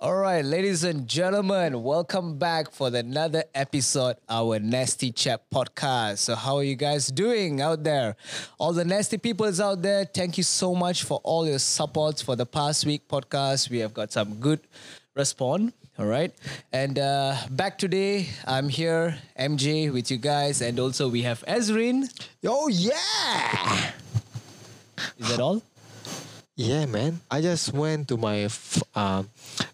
right, ladies and gentlemen, welcome back for another episode, our Nasty Chat podcast. So, how are you guys doing out there? All the nasty people is out there, thank you so much for all your supports for the past week podcast. We have got some good response. All right, and uh, back today, I'm here, MJ, with you guys, and also we have Ezrin. Oh yeah, Is that all? yeah, man. I just went to my f- um,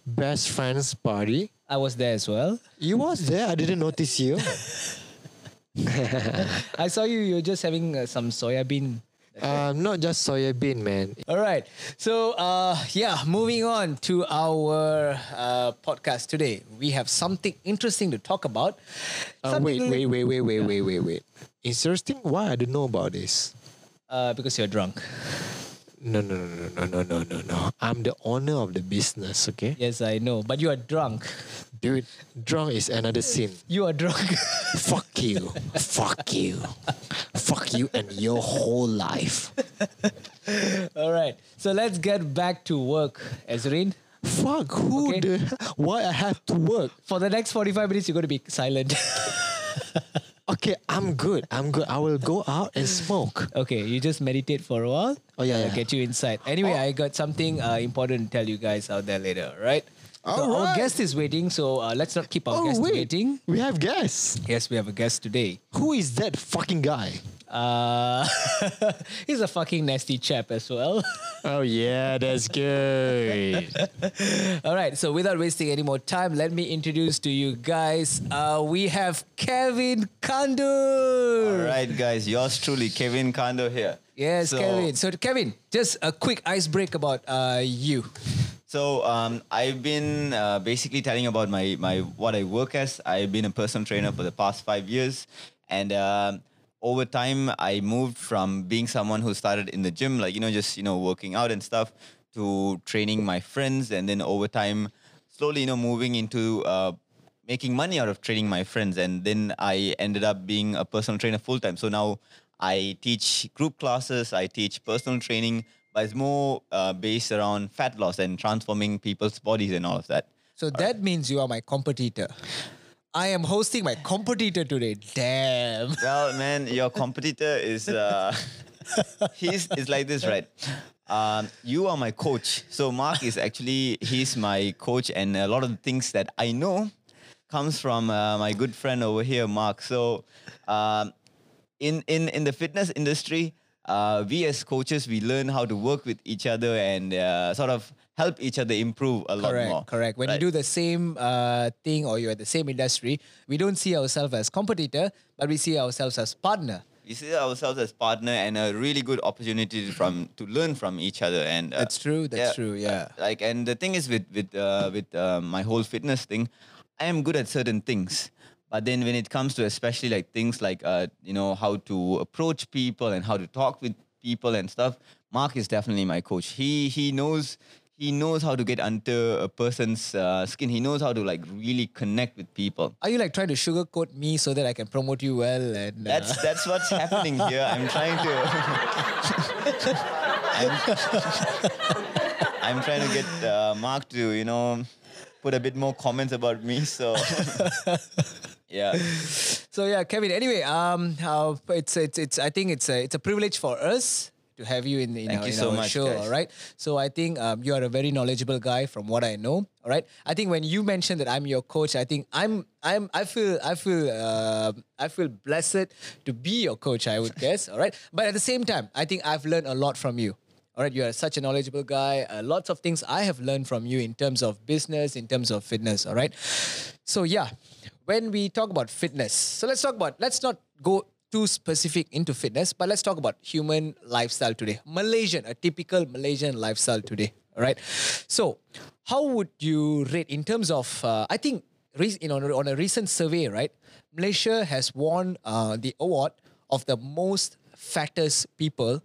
best friend's party. I was there as well. You was there. I didn't notice you. I saw you. You're just having uh, some soya bean. um, not just soya bean, man. All right. So uh, yeah, moving on to our uh, podcast today. We have something interesting to talk about. Uh, wait, Something- wait, wait, wait, wait, wait, wait, wait. Interesting. Why I don't know about this? Uh, because you're drunk. No, no, no, no, no, no, no, no, no. I'm the owner of the business. Okay, Yes, I know. But you are drunk. dude. Drunk is another sin. You are drunk. Fuck you. Fuck you. Fuck you and your whole life. All right. So let's get back to work, Ezrin. Fuck who Okay. the why I have to work? For the next 45 minutes, you're going to be silent. Okay, I'm good. I'm good. I will go out and smoke. okay, you just meditate for a while. Oh, yeah, I'll yeah. Oh. get you inside. Anyway, I got something uh, important to tell you guys out there later, all right? so Our Alright. guest is waiting, so uh, let's not keep our Oh, guest waiting. We have guests. Yes, we have a guest today. Who is that fucking guy? Uh, he's a fucking nasty chap as well. Oh yeah, that's good. All right, so without wasting any more time, let me introduce to you guys. Uh, we have Kevin Kandur. All right, guys, yours truly, Kevin Kando here. Yes, So- Kevin. So, Kevin, just a quick ice break about uh, you. So um, I've been uh, basically telling about my my what I work as. I've been a personal trainer for the past five years, and um over time I moved from being someone who started in the gym, like you know, just you know working out and stuff, to training my friends, and then over time, slowly you know moving into uh, making money out of training my friends, and then I ended up being a personal trainer full time. So now I teach group classes, I teach personal training, but it's more uh, based around fat loss and transforming people's bodies and all of that. So, that means you are my competitor. I am hosting my competitor today. Damn. Well, man, your competitor is uh, he's is like this, right? Um, you are my coach. So Mark is actually he's my coach, and a lot of the things that I know comes from uh, my good friend over here, Mark. So um, in in in the fitness industry, uh, we as coaches we learn how to work with each other and uh, sort of help each other improve a lot Correct, more. correct. When right? you do the same uh, thing or you're at the same industry, we don't see ourselves as competitor, but we see ourselves as partner. we see ourselves as partner and a really good opportunity from to learn from each other and uh, That's true, that's true, yeah. uh, like and the thing is with with uh, with uh, my whole fitness thing i am good at certain things but then when it comes to especially like things like uh, you know how to approach people and how to talk with people and stuff mark is definitely my coach he he knows he knows how to get under a person's uh, skin he knows how to like really connect with people Are you like trying to sugarcoat me so that I can promote you well? And uh, That's that's what's happening here. I'm trying to. I'm, I'm trying to get uh, Mark to you know put a bit more comments about me. So yeah, so yeah, Kevin. Anyway, um, uh, it's it's it's I think it's a it's a privilege for us to have you in, in our, Thank you in so our much, show. guys. All right. So I think um, you are a very knowledgeable guy, from what I know. All right. I think when you mentioned that I'm your coach, I think I'm I'm I feel I feel uh, I feel blessed to be your coach. I would guess. All right. But at the same time, I think I've learned a lot from you. All right, you are such a knowledgeable guy. Uh, lots of things I have learned from you in terms of business, in terms of fitness. All right, so yeah, when we talk about fitness, so let's talk about. Let's not go too specific into fitness, but let's talk about human lifestyle today. Malaysian, a typical Malaysian lifestyle today. All right, so how would you rate in terms of? Uh, I think re- you know, on a recent survey, right, Malaysia has won uh, the award of the most fattest people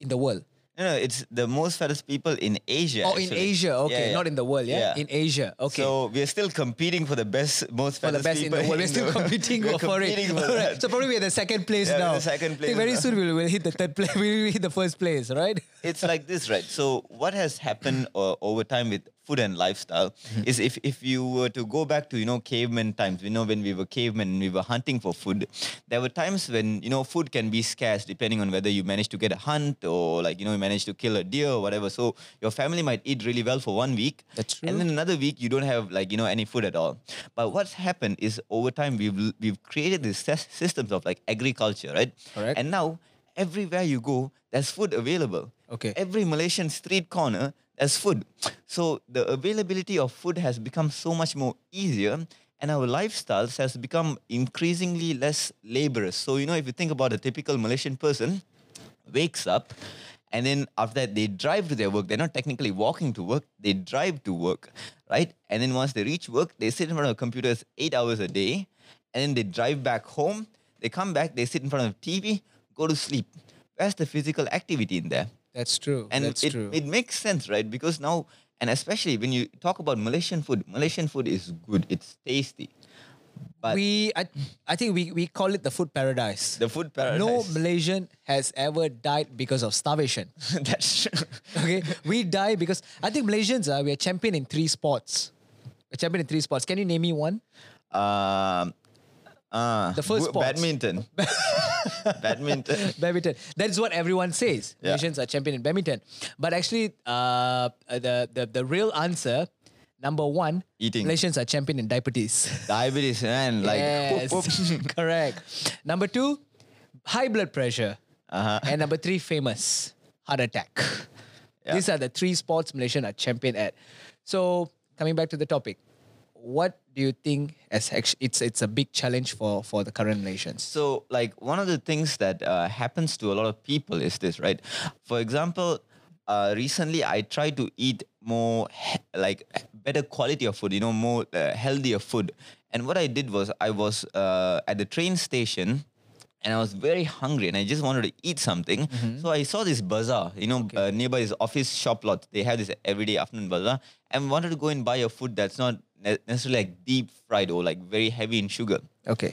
in the world. no, no, it's the most fattest people in Asia. Oh, in actually. Asia, Yeah, okay, yeah. not in the world, yeah? in Yeah. Asia, okay. So we're still competing for the best, most for the best in fattest people the world, we're still competing we're for it. competing for Alright, that. So probably we're the second place Yeah, now. we're the I second think place very now. soon we'll, we'll hit the third place. We'll hit the first place, right? it's like this, right? So what has happened uh, over time with food and lifestyle Mm-hmm. is if, if you were to go back to you know caveman times we know when we were cavemen and we were hunting for food there were times when you know food can be scarce depending on whether you managed to get a hunt or like you know you managed to kill a deer or whatever so your family might eat really well for one week That's and then another week you don't have like you know any food at all but what's happened is over time we've l- we've created these sys- systems of like agriculture right Correct. and now everywhere you go there's food available Okay. every malaysian street corner there's food so the availability of food has become so much more easier and our lifestyles has become increasingly less laborious so you know if you think about a typical malaysian person wakes up and then after that they drive to their work they're not technically walking to work they drive to work right and then once they reach work they sit in front of computers eight hours a day and then they drive back home they come back they sit in front of tv go to sleep where's the physical activity in there That's true. and That's it, true. it makes sense, right? Because now, and especially when you talk about Malaysian food, Malaysian food is good. It's tasty. But we I, I think we, we call it the food paradise. the food paradise. No Malaysian has ever died because of starvation. that's true. Okay, we die because I think Malaysians uh, are we're champion in three sports. We're champion in three sports. Can you name me one? Um, uh, The first bu- sports. badminton. badminton. Badminton. That is what everyone says. Yeah. Malaysians are champion in badminton. But actually, uh, the, the the real answer, number one, Eating. Malaysians are champion in diabetes. Diabetes man, like yes, whoop, whoop. correct. Number two, high blood pressure, Uh-huh. and number three, famous heart attack. Yeah. These are the three sports Malaysian are champion at. So coming back to the topic, what do you think? As act- it's it's a big challenge for for the current Malaysians. So, like, one of the things that uh, happens to a lot of people is this, right? For example, uh, recently I tried to eat more, he- like, better quality of food, you know, more uh, healthier food. And what I did was I was uh, at the train station and I was very hungry and I just wanted to eat something. So I saw this bazaar, you know, uh, nearby is office shop lot. They have this everyday afternoon bazaar and wanted to go and buy a food that's not ne- necessarily like deep fried or like very heavy in sugar. Okay,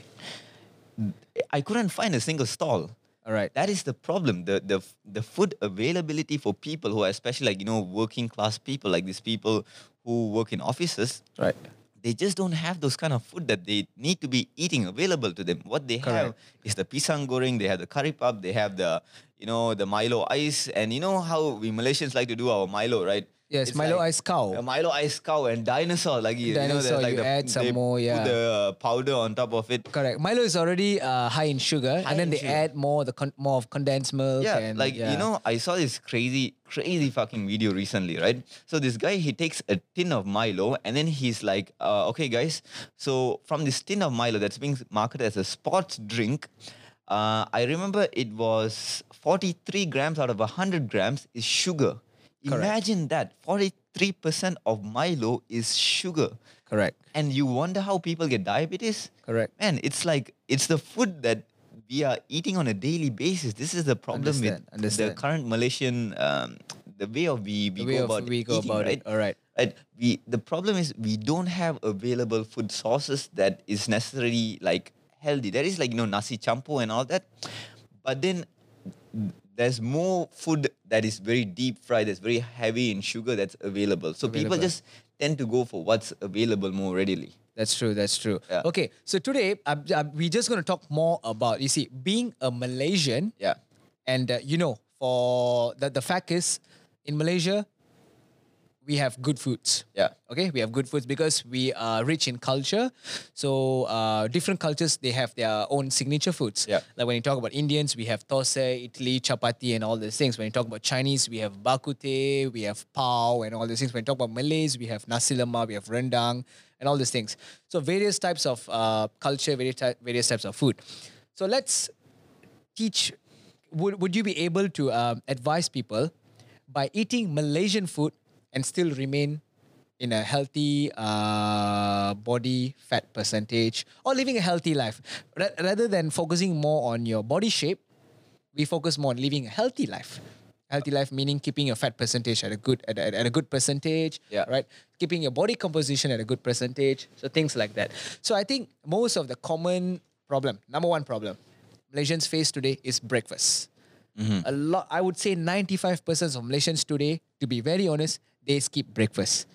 I couldn't find a single stall. all right. That is the problem. The, the the food availability for people who are especially like you know working class people, like these people who work in offices, right. they just don't have those kind of food that they need to be eating available to them. What they have is the pisang goreng, they have the curry puff, they have the you know the Milo ice, and you know how we Malaysians like to do our Milo, right? Yes, It's Milo like ice cow. A Milo ice cow and dinosaur, like you, Dinosaur, you know, the- like you the, add some they more, yeah. put the uh, powder on top of it. Correct. Milo is already uh, high in sugar, and High then in they sugar. add more the con- more of condensed milk. Yeah, and, like you yeah. know, I saw this crazy, crazy fucking video recently, right? So this guy he takes a tin of Milo and then he's like, uh, "Okay, guys, so from this tin of Milo that's being marketed as a sports drink, uh, I remember it was 43 grams out of 100 grams is sugar. Imagine that 43 percent of Milo is sugar." Correct. And you wonder how people get diabetes? Correct. Man, it's like it's the food that we are eating on a daily basis. This is the problem Understand, with understand. the current Malaysian um, the way of we, The we way go of about we go eating, about right? it. All right. Right. We the problem is we don't have available food sources that is necessarily like healthy. There is like you know nasi champo and all that, but then there's more food that is very deep fried, that's very heavy in sugar that's available. So people Available. just tend to go for what's available more readily. That's true. That's true. Yeah. Okay, so today I'm, i we're just going to talk more about you see being a Malaysian, Yeah. and uh, you know for the the fact is, in Malaysia, we have good foods. Yeah. Okay, we have good foods because we are rich in culture. So uh, different cultures they have their own signature foods. Yeah. Like when you talk about Indians, we have thosai, Italy, chapati, and all these things. When you talk about Chinese, we have bakute, we have pao, and all these things. When you talk about Malays, we have nasi lemak, we have rendang, and all these things. So various types of uh, culture, various ty- various types of food. So let's teach would, would you be able to um, advise people by eating malaysian food and still remain in a healthy uh, body fat percentage or living a healthy life Ra- rather than focusing more on your body shape we focus more on living a healthy life healthy life meaning keeping your fat percentage at a good at a, at a good percentage Yeah. right keeping your body composition at a good percentage so things like that so i think most of the common problem number one problem malaysians face today is breakfast Mm-hmm. a lot i would say 95% of malaysians today to be very honest they skip breakfast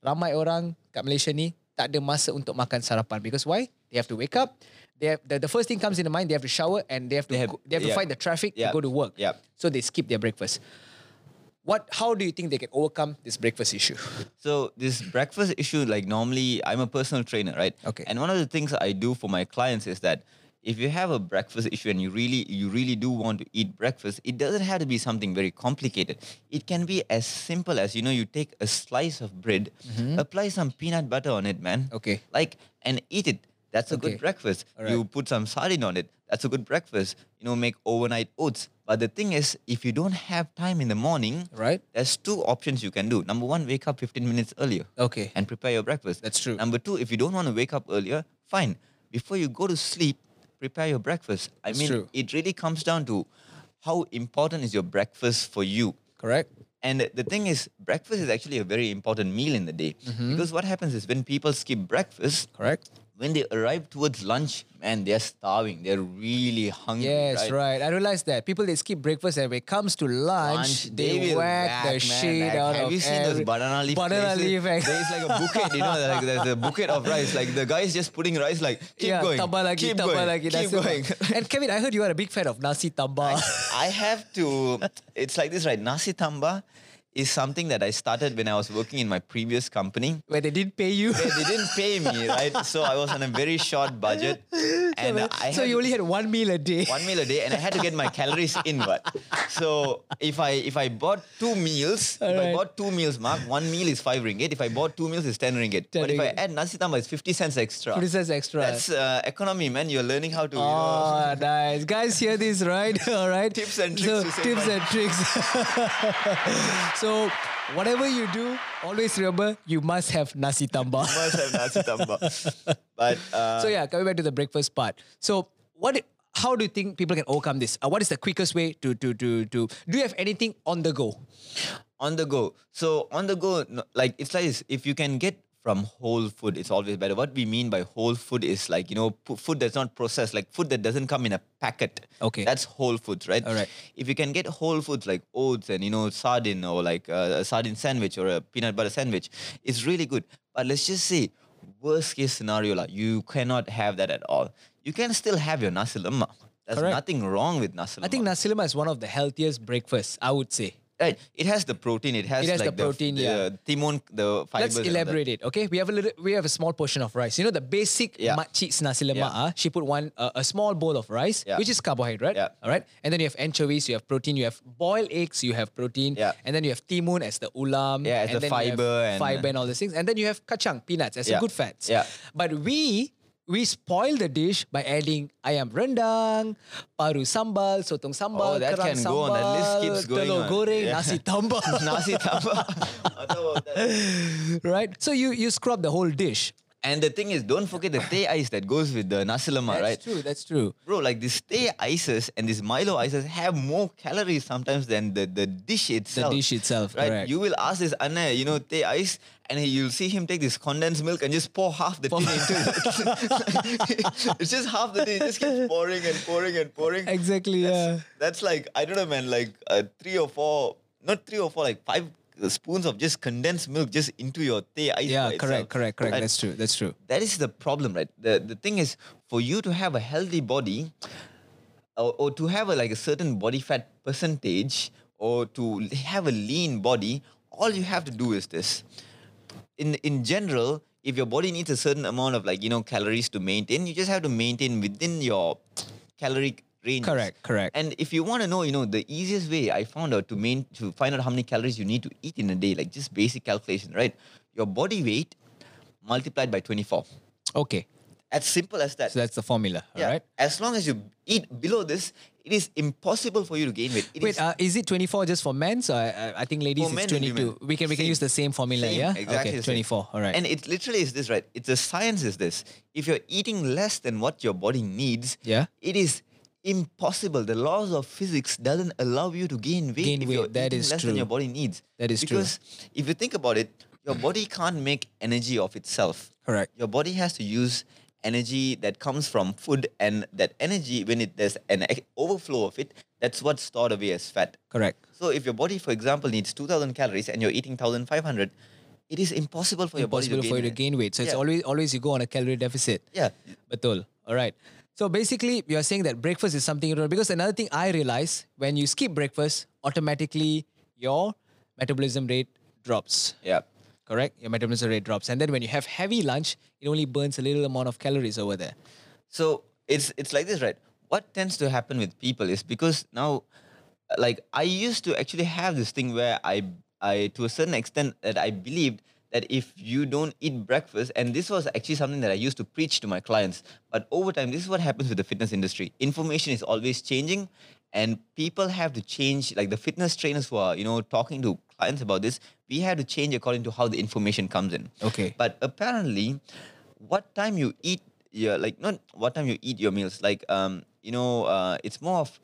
ramai orang kat Malaysia ni tak ada masa untuk makan sarapan because why? They have to wake up. They have, the, the first thing comes in the mind. They have to shower and they have to They have- go- they have to yeah. find the traffic Yeah. to go to work. Yeah. So they skip their breakfast. What? How do you think they can overcome this breakfast issue? So this breakfast issue, like normally, I'm a personal trainer, right? Okay. And one of the things I do for my clients is that if you have a breakfast issue and you really you really do want to eat breakfast, it doesn't have to be something very complicated. It can be as simple as you know, you take a slice of bread, apply some peanut butter on it, man. Mm-hmm. Okay. Like and eat it. That's a good Okay. breakfast. Alright. You put some sardine on it. That's a good breakfast. You know, make overnight oats. But the thing is, if you don't have time in the morning, Right. there's two options you can do. Number one, wake up 15 minutes earlier Okay. and prepare your breakfast. That's true. Number two, if you don't want to wake up earlier, fine. Before you go to sleep, prepare your breakfast. I That's mean, true. it really comes down to how important is your breakfast for you. Correct. And the thing is, breakfast is actually a very important meal in the day. Because what happens is when people skip breakfast, Mm-hmm. Correct. when they arrive towards lunch, man, they're starving. They're really hungry. Yes, right. I realized that people they skip breakfast and when it comes to lunch, lunch, they, will whack, the man. shit Like, out have of you seen every- those banana leaf banana places? leaf. eh. There is like a bouquet, you know, like there's a bouquet of rice. Like the guy is just putting rice, like keep yeah, going, tambah lagi, keep tambah going, lagi. keep nasi tambah. going. and Kevin, I heard you are a big fan of nasi tambah. I have to. It's like this, right? Nasi tamba is something that I started when I was working in my previous company. where they didn't pay you. They didn't pay me, right? So I was on a very short budget, and I so had you only had one meal a day. one meal a day and I had to get my calories in but so if I if I bought two meals if I Alright. bought two meals mark one meal is five ringgit if I bought two meals is ten ringgit 10 but if I ringgit. add nasi tambah it's 50 cents extra 50 cents extra. that's uh, economy man you're learning how to you know. Oh, nice. Guys, hear this, right? All right. Tips and So, tricks, you say, tips man. and tricks. so, whatever you do, always remember you must have nasi tambah. must have nasi tambah but uh, so, yeah, coming back to the breakfast part. So, what? How do you think people can overcome this? Uh, what is the quickest way to to to to? Do you have anything on the go? on the go. So on the go, no- like it's like this. If you can get from whole food, it's always better. What we mean by whole food is like you know pu- food that's not processed, like food that doesn't come in a packet. Okay. that's whole foods, right? Alright. If you can get whole foods like oats and you know sardine or like uh, a, a sardine sandwich or a peanut butter sandwich, it's really good. But let's just say worst case scenario, like you cannot have that at all. You can still have your nasi lemak. There's Correct. nothing wrong with nasi lemak. I think nasi lemak is one of the healthiest breakfasts. I would say. Right. Uh, It has the protein. It has, It has like the protein, The, yeah. Timon, the fibers. Let's elaborate it, okay? We have a little, we have a small portion of rice. You know the basic Yeah. makcik's nasi lemak. ah, Yeah. she put one uh, a small bowl of rice, Yeah. which is carbohydrate. Yeah. All right, and then you have anchovies, you have protein, you have boiled eggs, you have protein, Yeah. and then you have timun as the ulam, Yeah, as and the then you have fiber and- fiber and all these things, and then you have kacang peanuts as a Yeah. good fats. Yeah. But we we spoil the dish by adding ayam rendang, paru sambal, sotong sambal, Oh, that kerang can sambal, go on. That list keeps going telur on. goreng, Yeah. nasi tambah. That. Nasi tamba. right? So you you scrub the whole dish. and the thing is, don't forget the teh ice that goes with the nasi lemak, That's right? true. That's true. Bro, like these teh ices and these Milo ices have more calories sometimes than the, the dish itself. dish itself, Right? correct. You will ask this Anna, you know, teh ice, and he- you'll see him take this condensed milk and just pour half the tea into it. it's just half the tea. It just keeps pouring and pouring and pouring. Exactly. Yeah. That's like I don't know, man. Like uh, three or four, not three or four, like five uh, spoons of just condensed milk just into your tea ice. Yeah. by Correct. itself. Correct. Correct. And That's true. That's true. that is the problem, right? The the thing is, for you to have a healthy body, or, or to have a, like a certain body fat percentage, or to have a lean body, all you have to do is this. In in general, if your body needs a certain amount of like you know calories to maintain, you just have to maintain within your caloric range. Correct, correct. And if you want to know, you know, the easiest way I found out to main to find out how many calories you need to eat in a day, like just basic calculation, right? Your body weight multiplied by 24. Okay. As simple as that. So that's the formula. Yeah. All right. As long as you eat below this, it is impossible for you to gain weight. It Wait. is- Uh, is it twenty four just for men? So I, I- I think ladies For it's men and twenty two. women. We can we can Same. use the same formula. Same, yeah. Exactly. okay. the same. Twenty four. All right. And it literally is this, right? It's the science is this. If you're eating less than what your body needs, Yeah. it is impossible. The laws of physics doesn't allow you to gain weight Gain if weight, you're that eating is less true. than your body needs. That is true. because if you think about it, your body can't make energy of itself. Correct. Your body has to use energy that comes from food and that energy when it there's an ex- overflow of it, that's what's stored away as fat. Correct. So if your body, for example, needs 2,000 calories and you're eating 1,500, it is impossible for your body to Possible gain for you to weight. gain weight. So it's Yeah. always always you go on a calorie deficit. Yeah. Betul. All right. So basically, you're saying that breakfast is something you don't- because another thing I realize when you skip breakfast, automatically your metabolism rate drops. Yeah. Correct? Your metabolism rate drops. And then when you have heavy lunch, it only burns a little amount of calories over there. So it's it's like this, right? What tends to happen with people is because now, like I used to actually have this thing where I I to a certain extent that I believed that if you don't eat breakfast, and this was actually something that I used to preach to my clients. But over time, this is what happens with the fitness industry. Information is always changing, and people have to change. Like the fitness trainers who are you know talking to clients about this, we have to change according to how the information comes in. Okay. But apparently, what time you eat your like not what time you eat your meals. Like um, you know, uh, it's more of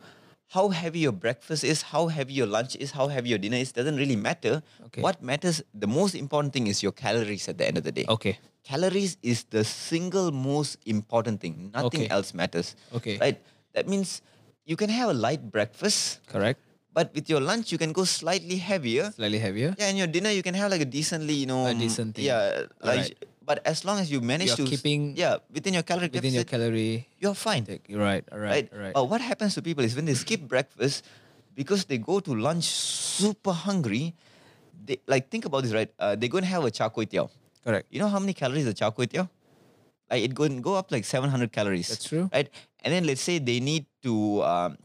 how heavy your breakfast is, how heavy your lunch is, how heavy your dinner is. Doesn't really matter. Okay. What matters, the most important thing is your calories at the end of the day. Okay. Calories is the single most important thing. Okay. Nothing else matters. Okay. Right. That means you can have a light breakfast, Correct? but with your lunch you can go slightly heavier. Slightly heavier. Yeah, and your dinner you can have like a decently, you know, A um, decent thing. Yeah, like, Alright. but as long as you manage You're to s- keeping yeah within your calorie Within your deficit, calorie. you're fine, Take, right, all right, right? Oh. all right. But what happens to people is when they skip breakfast because they go to lunch super hungry. They like think about this, right? Uh, they're going to have a char kway teow. Correct. You know how many calories a char kway teow? Like it going go up like 700 calories. That's true. right? And then let's say they need to um,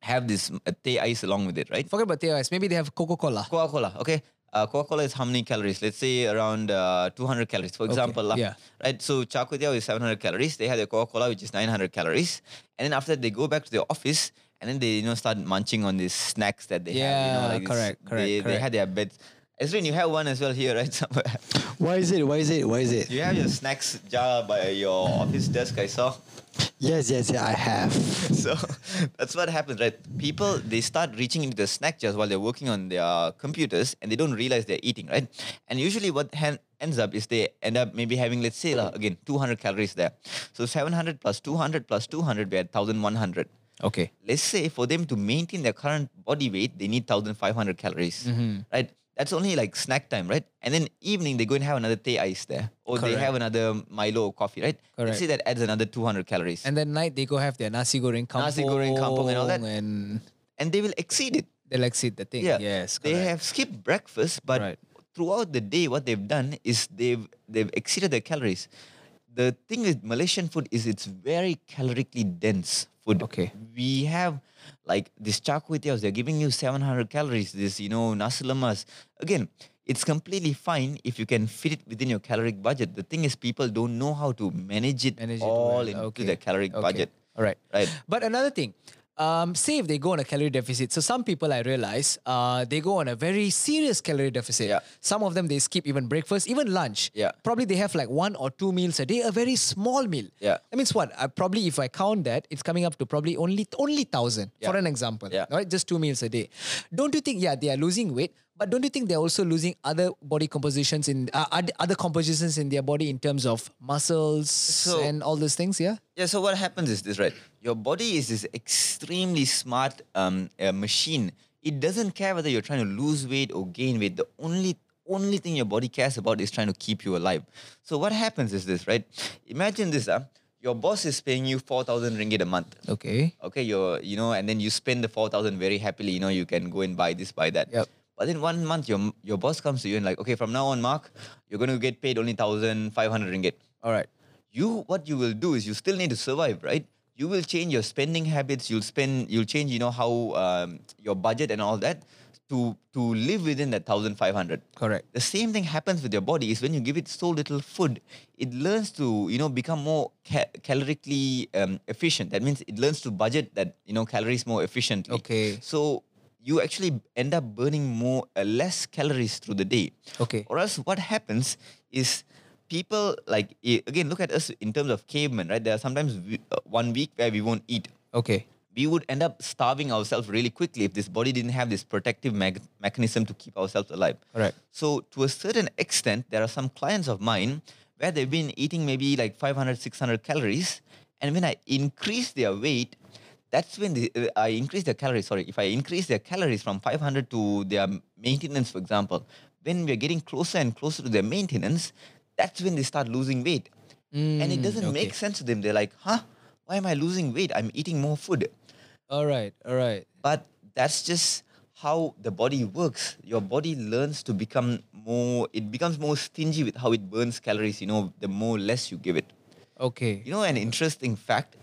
have this uh, teh ice along with it, right? Forget about the ice. Maybe they have Coca Cola. Coca Cola, okay. Uh, Coca Cola is how many calories? Let's say around uh, 200 calories, for example. lah. yeah. Right. So char kway teow is 700 calories. They have the Coca Cola, which is 900 calories. And then after that, they go back to their office and then they you know start munching on these snacks that they have. You know, Yeah, like this- correct, correct, They, they correct. had their beds. Ezrin, you have one as well here, right? Somewhere. Why is it? Why is it? Why is it? Do you have your snacks jar by your office desk? I saw. Yes, yes, yeah, I have. so that's what happens, right? People they start reaching into the snack jars while they're working on their computers, and they don't realize they're eating, right? And usually, what hen- ends up is they end up maybe having, let's say, lah, again, 200 calories there. So 700 plus 200 plus 200, we're at 1,100. Okay. Let's say for them to maintain their current body weight, they need 1,500 calories, Mm-hmm. right? That's only like snack time, right? And then evening they go and have another tea ice there, or they Correct. have another Milo or coffee, right? Correct. Let's say that adds another 200 calories. And then night they go have their nasi goreng kampung. Nasi goreng kampung and all that. And and they will exceed it. they'll exceed the thing. Yeah. Yes. They correct. have skipped breakfast, but Right. throughout the day, what they've done is they've they've exceeded their calories. The thing with Malaysian food is it's very calorically dense food. Okay. We have like this char kway teows, they're giving you 700 calories, this, you know, nasi lemas. Again, it's completely fine if you can fit it within your caloric budget. The thing is people don't know how to manage it Manage it all well. into Okay. the caloric Okay. budget. All right. Right. But another thing, um, say if they go on a calorie deficit. So some people I realize uh, they go on a very serious calorie deficit. Yeah. Some of them they skip even breakfast, even lunch. Yeah. Probably they have like one or two meals a day, a very small meal. Yeah. That means what? I probably if I count that, it's coming up to probably only only thousand for Yeah. an example. Yeah. All right, just two meals a day. Don't you think? Yeah, they are losing weight. But don't you think they're also losing other body compositions in uh, oth- other compositions in their body in terms of muscles So- and all those things? Yeah. Yeah, so what happens is this, right? Your body is this extremely smart um, uh, machine. It doesn't care whether you're trying to lose weight or gain weight. The only only thing your body cares about is trying to keep you alive. So what happens is this, right? Imagine this, uh, your boss is paying you 4,000 ringgit a month. Okay. Okay, you're, you know, and then you spend the 4,000 very happily. You know, you can go and buy this, buy that. Yep. But then one month, your, your boss comes to you and like, okay, from now on, Mark, you're going to get paid only 1,500 ringgit All right. you what you will do is you still need to survive right you will change your spending habits you'll spend you'll change you know how um, your budget and all that to to live within that 1500 Correct. the same thing happens with your body is when you give it so little food it learns to you know become more ca- calorically um, efficient that means it learns to budget that you know calories more efficiently Okay. so you actually end up burning more uh, less calories through the day Okay. or else what happens is people like i- again look at us in terms of cavemen right there are sometimes we, uh, one week where we won't eat Okay. we would end up starving ourselves really quickly if this body didn't have this protective mech- mechanism to keep ourselves alive. Correct. So, to a certain extent, there are some clients of mine where they've been eating maybe like 500, 600 calories. And when I increase their weight, that's when the, uh, I increase their calories. Sorry, if I increase their calories from 500 to their maintenance, for example, when we're getting closer and closer to their maintenance, that's when they start losing weight. and it doesn't make sense to them. They're like, huh? Why am I losing weight? I'm eating more food. All right, all right. But that's just how the body works. Your body learns to become more, it becomes more stingy with how it burns calories, you know, the more less you give it. Okay. You know, an interesting fact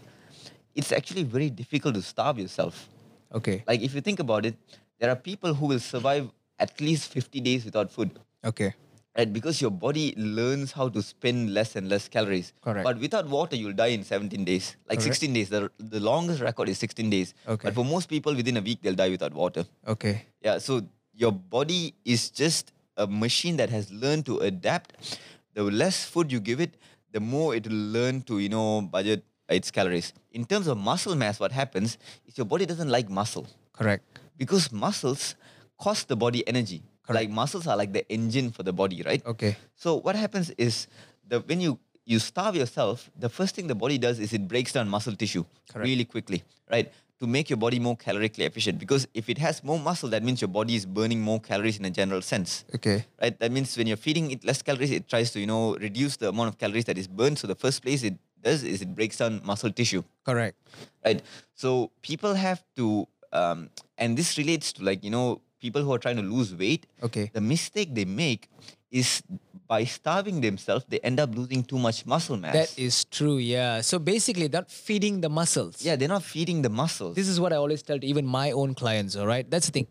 it's actually very difficult to starve yourself. Okay. Like, if you think about it, there are people who will survive at least 50 days without food. Okay. Right, because your body learns how to spend less and less calories. Correct. But without water, you'll die in 17 days, like Correct. 16 days. The, the longest record is 16 days. Okay. But for most people, within a week, they'll die without water. Okay. Yeah, so your body is just a machine that has learned to adapt. The less food you give it, the more it will learn to, you know, budget its calories. In terms of muscle mass, what happens is your body doesn't like muscle Correct. because muscles cost the body energy. Like muscles are like the engine for the body, right? Okay. So what happens is the when you you starve yourself, the first thing the body does is it breaks down muscle tissue Correct. really quickly, right? To make your body more calorically efficient. Because if it has more muscle, that means your body is burning more calories in a general sense. Okay. Right? That means when you're feeding it less calories, it tries to, you know, reduce the amount of calories that is burned. So the first place it does is it breaks down muscle tissue Correct. right so people have to um, and this relates to like you know people who are trying to lose weight Okay. the mistake they make is by starving themselves they end up losing too much muscle mass That is true. Yeah. So basically, not feeding the muscles. yeah they're not feeding the muscles This is what I always tell to even my own clients. All right. That's the thing.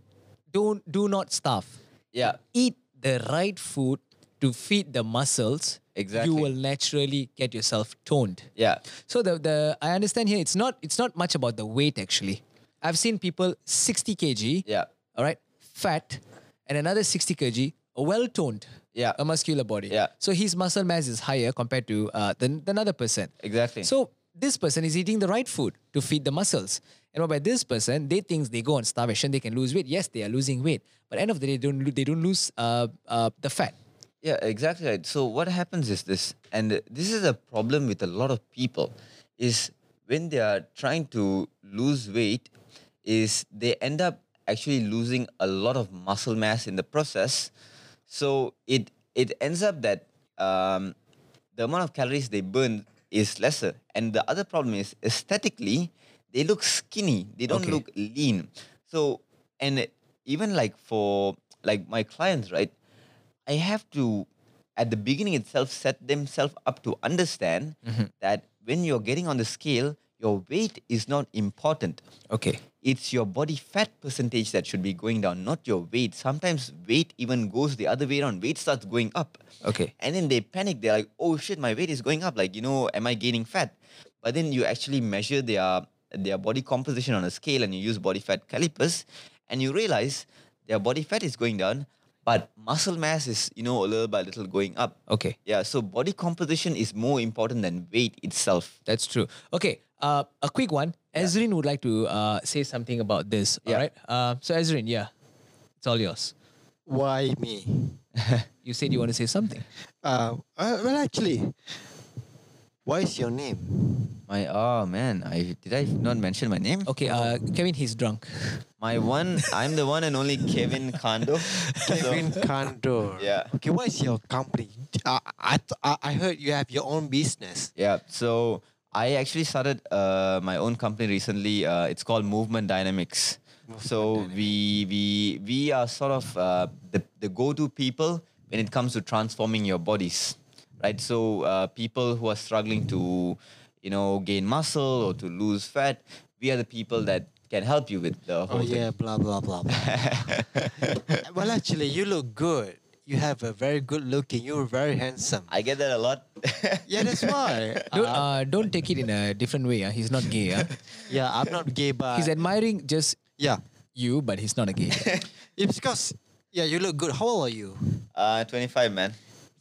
Don't do not starve. yeah Eat the right food to feed the muscles. Exactly. You will naturally get yourself toned. yeah So the the I understand here it's not it's not much about the weight actually. I've seen people 60 kg, yeah all right, fat, and another 60 kg, well toned, Yeah. a muscular body. Yeah. So his muscle mass is higher compared to uh, the, the another person. Exactly. So this person is eating the right food to feed the muscles. And what by this person, they think they go on starvation, they can lose weight. Yes, they are losing weight, but end of the day, they don't lo- they don't lose uh, uh, the fat. Yeah, exactly right. So what happens is this, and this is a problem with a lot of people, is when they are trying to lose weight, is they end up actually losing a lot of muscle mass in the process. So it it ends up that um, the amount of calories they burn is lesser, and the other problem is aesthetically they look skinny. They don't Okay. look lean. So and even like for like my clients, right? I have to, at the beginning itself, set themselves up to understand that when you're getting on the scale, your weight is not important. Okay. It's your body fat percentage that should be going down, not your weight. Sometimes weight even goes the other way around. Weight starts going up. Okay. And then they panic. They're like, oh shit, my weight is going up. Like, you know, am I gaining fat? But then you actually measure their their body composition on a scale and you use body fat calipers and you realize their body fat is going down, but muscle mass is, you know, a little by little going up. Okay. Yeah. So body composition is more important than weight itself. That's true. Okay, uh, a quick one. Ezrin would like to uh, say something about this. All Yeah. right. Uh, so Ezrin, yeah, it's all yours. Why me? You said you want to say something. Uh, uh, well, actually, what is your name? My oh man, I did I not mention my name? Okay, uh, Kevin, he's drunk. My one, I'm the one and only Kevin Kondo. Kevin Kando. Yeah. Okay, what is your company? Uh, I, th- I I heard you have your own business. Yeah. So I actually started uh, my own company recently. Uh, it's called Movement Dynamics. so we we we are sort of uh, the the go-to people when it comes to transforming your bodies, right? So uh, people who are struggling to, you know, gain muscle or to lose fat, we are the people that can help you with the Oh whole thing. yeah, blah blah blah. blah. well, actually, you look good. You have a very good looking. You're very handsome. I get that a lot. Yeah, that's why. Don't, Uh, uh, don't take it in a different way. Uh. He's not gay. Uh. yeah, I'm not gay, but He's admiring just yeah, you, but he's not a gay. it's because yeah, you look good. How old are you? Uh, 25, man.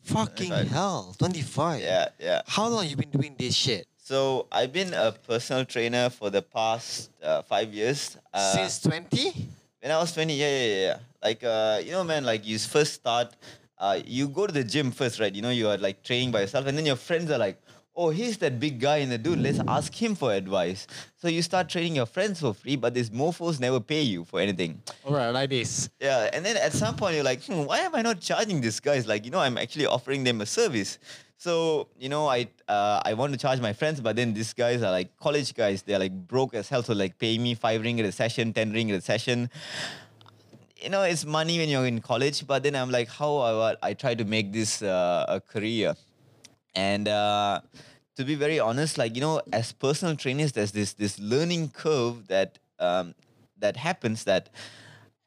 Fucking 25. hell, twenty five. Yeah, yeah. How long you been doing this shit? So I've been a personal trainer for the past uh, five years. Uh, Since twenty? when I was 20, yeah, yeah, yeah, yeah. Like, uh, you know, man, like you first start, uh, you go to the gym first, right? You know, you are like training by yourself, and then your friends are like, oh, he's that big guy in the dude. Let's ask him for advice. So you start training your friends for free, but these mofos never pay you for anything. All right, like this. Yeah, and then at some point you're like, hmm, why am I not charging these guys? Like, you know, I'm actually offering them a service. So you know, I uh, I want to charge my friends, but then these guys are like college guys. They're like broke as hell, so like pay me five ringgit a session, ten ringgit a session. You know, it's money when you're in college, but then I'm like, how I I try to make this uh, a career. And uh, to be very honest, like you know, as personal trainers, there's this this learning curve that um, that happens that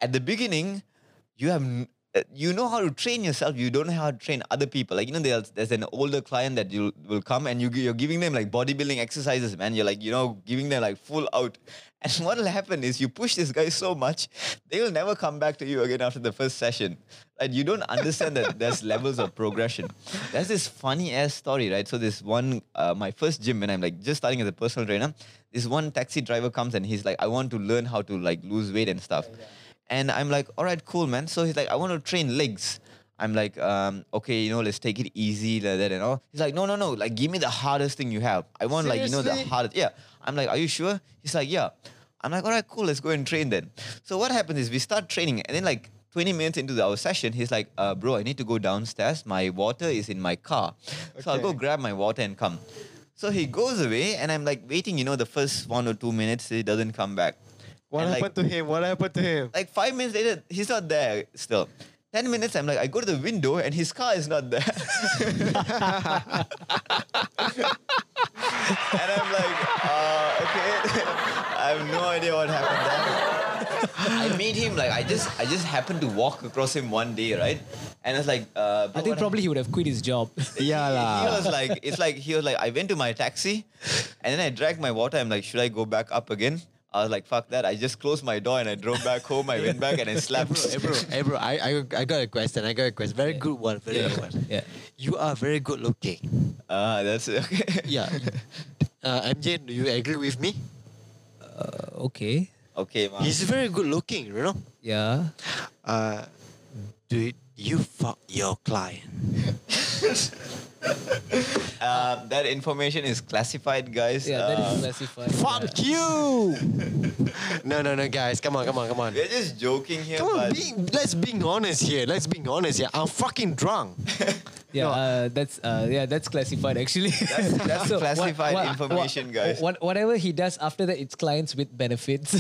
at the beginning you have n- uh, you know how to train yourself. You don't know how to train other people. Like you know, there's, there's an older client that you will come and you gi- you're giving them like bodybuilding exercises, man. You're like you know giving them like full out, and what will happen is you push this guy so much, they will never come back to you again after the first session. Right? You don't understand that there's levels of progression. That's this funny ass story, right? So this one, uh, my first gym when I'm like just starting as a personal trainer, this one taxi driver comes and he's like, I want to learn how to like lose weight and stuff. And I'm like, all right, cool, man. So he's like, I want to train legs. I'm like, um, okay, you know, let's take it easy, like that and all. He's like, no, no, no, like give me the hardest thing you have. I want like, you know, the Seriously? hardest. Yeah. I'm like, are you sure? He's like, yeah. I'm like, all right, cool, let's go and train then. So what happens is we start training and then like 20 minutes into the- our session, he's like, uh, bro, I need to go downstairs. My water is in my car. So I'll go Okay. grab my water and come. So he goes away and I'm like waiting, you know, the first one or two minutes, he doesn't come back. What And, like, happened to him? What happened to him? like five minutes later, he's not there still. Ten minutes, I'm like, I go to the window and his car is not there. and I'm like, uh, okay, I have no idea what happened there. I meet him like I just I just happened to walk across him one day, right? And it's like, uh, I think bro, what probably he would have quit his job. Yeah he lah. was like, it's like he was like, I went to my taxi, and then I drank my water. I'm like, should I go back up again? I was like, fuck that. I just closed my door and I drove back home. I went back and I slapped. Hey bro, hey bro, I, I, I got a question. I got a question. Very good one. Very Yeah. good one. yeah. You are very good looking. Ah, that's it. Okay. Yeah. Uh, MJ, do you agree with me? Uh, Okay. Okay, man. He's very good looking, you know. Yeah. Uh, do you fuck your client? Uh, that information is classified, guys. Yeah, that Uh, is classified. Fuck you! no, no, no, guys. Come on, come on, come on. We're just joking here, Come on, but be, let's be honest here. Let's be honest here. I'm fucking drunk. Yeah, No. uh, that's uh, yeah, that's classified actually. That's, that's classified information, guys. What, whatever he does after that, it's clients with benefits.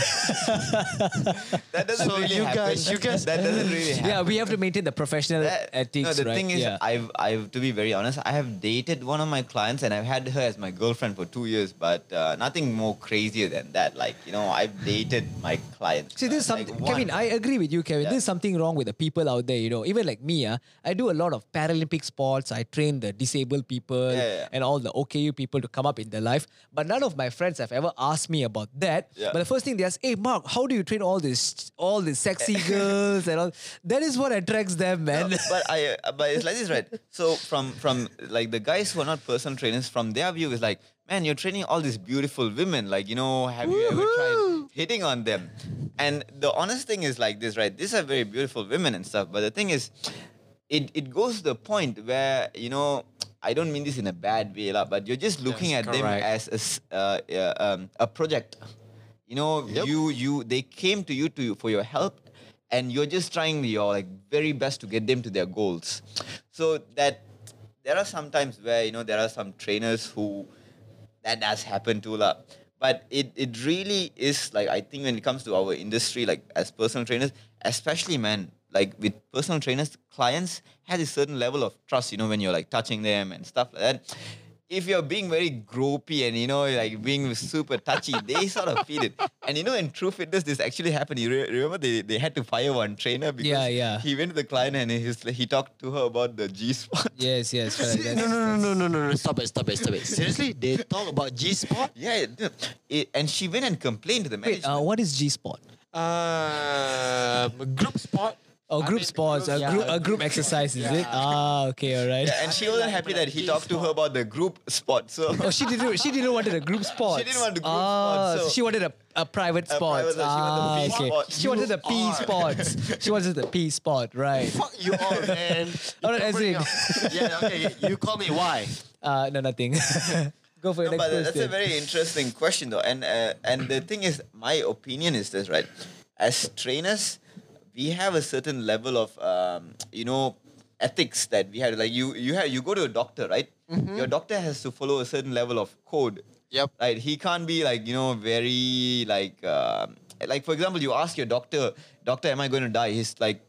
that doesn't So really you happen. guys- you guys- that doesn't really happen. yeah, we have to maintain the professional That- ethics, no, the right? thing is, yeah. I've, I've to be very honest, I have dated one of my clients and I've had her as my girlfriend for two years, but uh, nothing more crazier than that. Like you know, I've dated my clients. See, there's uh, like something, one. Kevin. I agree with you, Kevin. Yeah. There's something wrong with the people out there. You know, even like me, uh, I do a lot of Paralympic sports. I train the disabled people Yeah, yeah. and all the OKU people to come up in their life. But none of my friends have ever asked me about that. Yeah. But the first thing they ask, "Hey, Mark, how do you train all this, all these sexy girls and all?" That is what attracts them, man. No, but I uh, but it's like this, right? So from from like the guys who are not personal trainers, from their view is like, man, you're training all these beautiful women. Like, you know, have you ever tried hitting on them? And the honest thing is like this, right? These are very beautiful women and stuff. But the thing is, it it goes to the point where you know. I don't mean this in a bad way, lah, but you're just looking That's at them correct. as a, s- uh, uh, um, a project. You know, Yep. you you they came to you to for your help, and you're just trying your like very best to get them to their goals. So that there are some times where you know there are some trainers who that does happen to lah. But it, it really is like I think when it comes to our industry, like as personal trainers, especially man, like with personal trainers, clients have a certain level of trust, you know, when you're like touching them and stuff like that. If you're being very gropey and you know, like being super touchy, they sort of feel it. And you know, in True Fitness, this actually happened. You re- remember they, they had to fire one trainer because Yeah, yeah. he went to the client and he's, he talked to her about the G spot. yes, yes. correct. no, That's- no, no, no, no, no, no. Stop it, stop it, stop it. Seriously, they talk about G spot. Yeah, dude. It- and she went and complained to the Wait, manager. uh, what is G spot? Uh, group spot. Oh, I group mean, sports, a yeah. group, a group exercise, is it? Yeah. Ah, okay, all right. Yeah, and she wasn't happy that he talked to her about the group spot. So Oh, she didn't. She didn't wanted a group sport. didn't want the group ah, sport, so- she wanted a, a private A sport. private- she wanted ah, the P okay. spot. She wanted the You P are- sports. She wanted the P sport, right? Fuck you all, man. All right, Don't bring Ezrin. up- Yeah, okay. You call me why? Uh, no, nothing. Go for your No, next but that's question. a very interesting question, though. And uh, and the thing is, my opinion is this, right? As trainers, we have a certain level of um, you know ethics that we have. Like you, you have you go to a doctor, right? Your doctor has to follow a certain level of code. Yep. Right. He can't be like you know very like um like for example, you ask your doctor, doctor, am I going to die? He's like.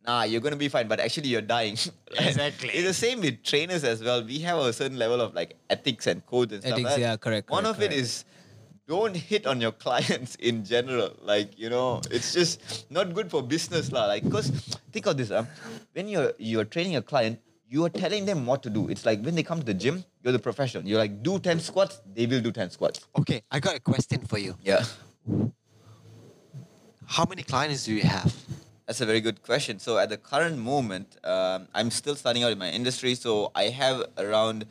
Nah, you're gonna be fine, but actually you're dying. Right? Exactly. It's the same with trainers as well. We have a certain level of like ethics and code and Ethics, stuff. yeah, correct, One correct, of it correct. is don't hit on your clients in general. Like, you know, it's just not good for business. lah. Like, because think of this, um, when you're you're training a client, you are telling them what to do. It's like when they come to the gym, you're the professional. You're like, do 10 squats, they will do 10 squats. Okay, I got a question for you. Yeah. How many clients do you have? That's a very good question. So at the current moment, um, I'm still starting out in my industry, so I have around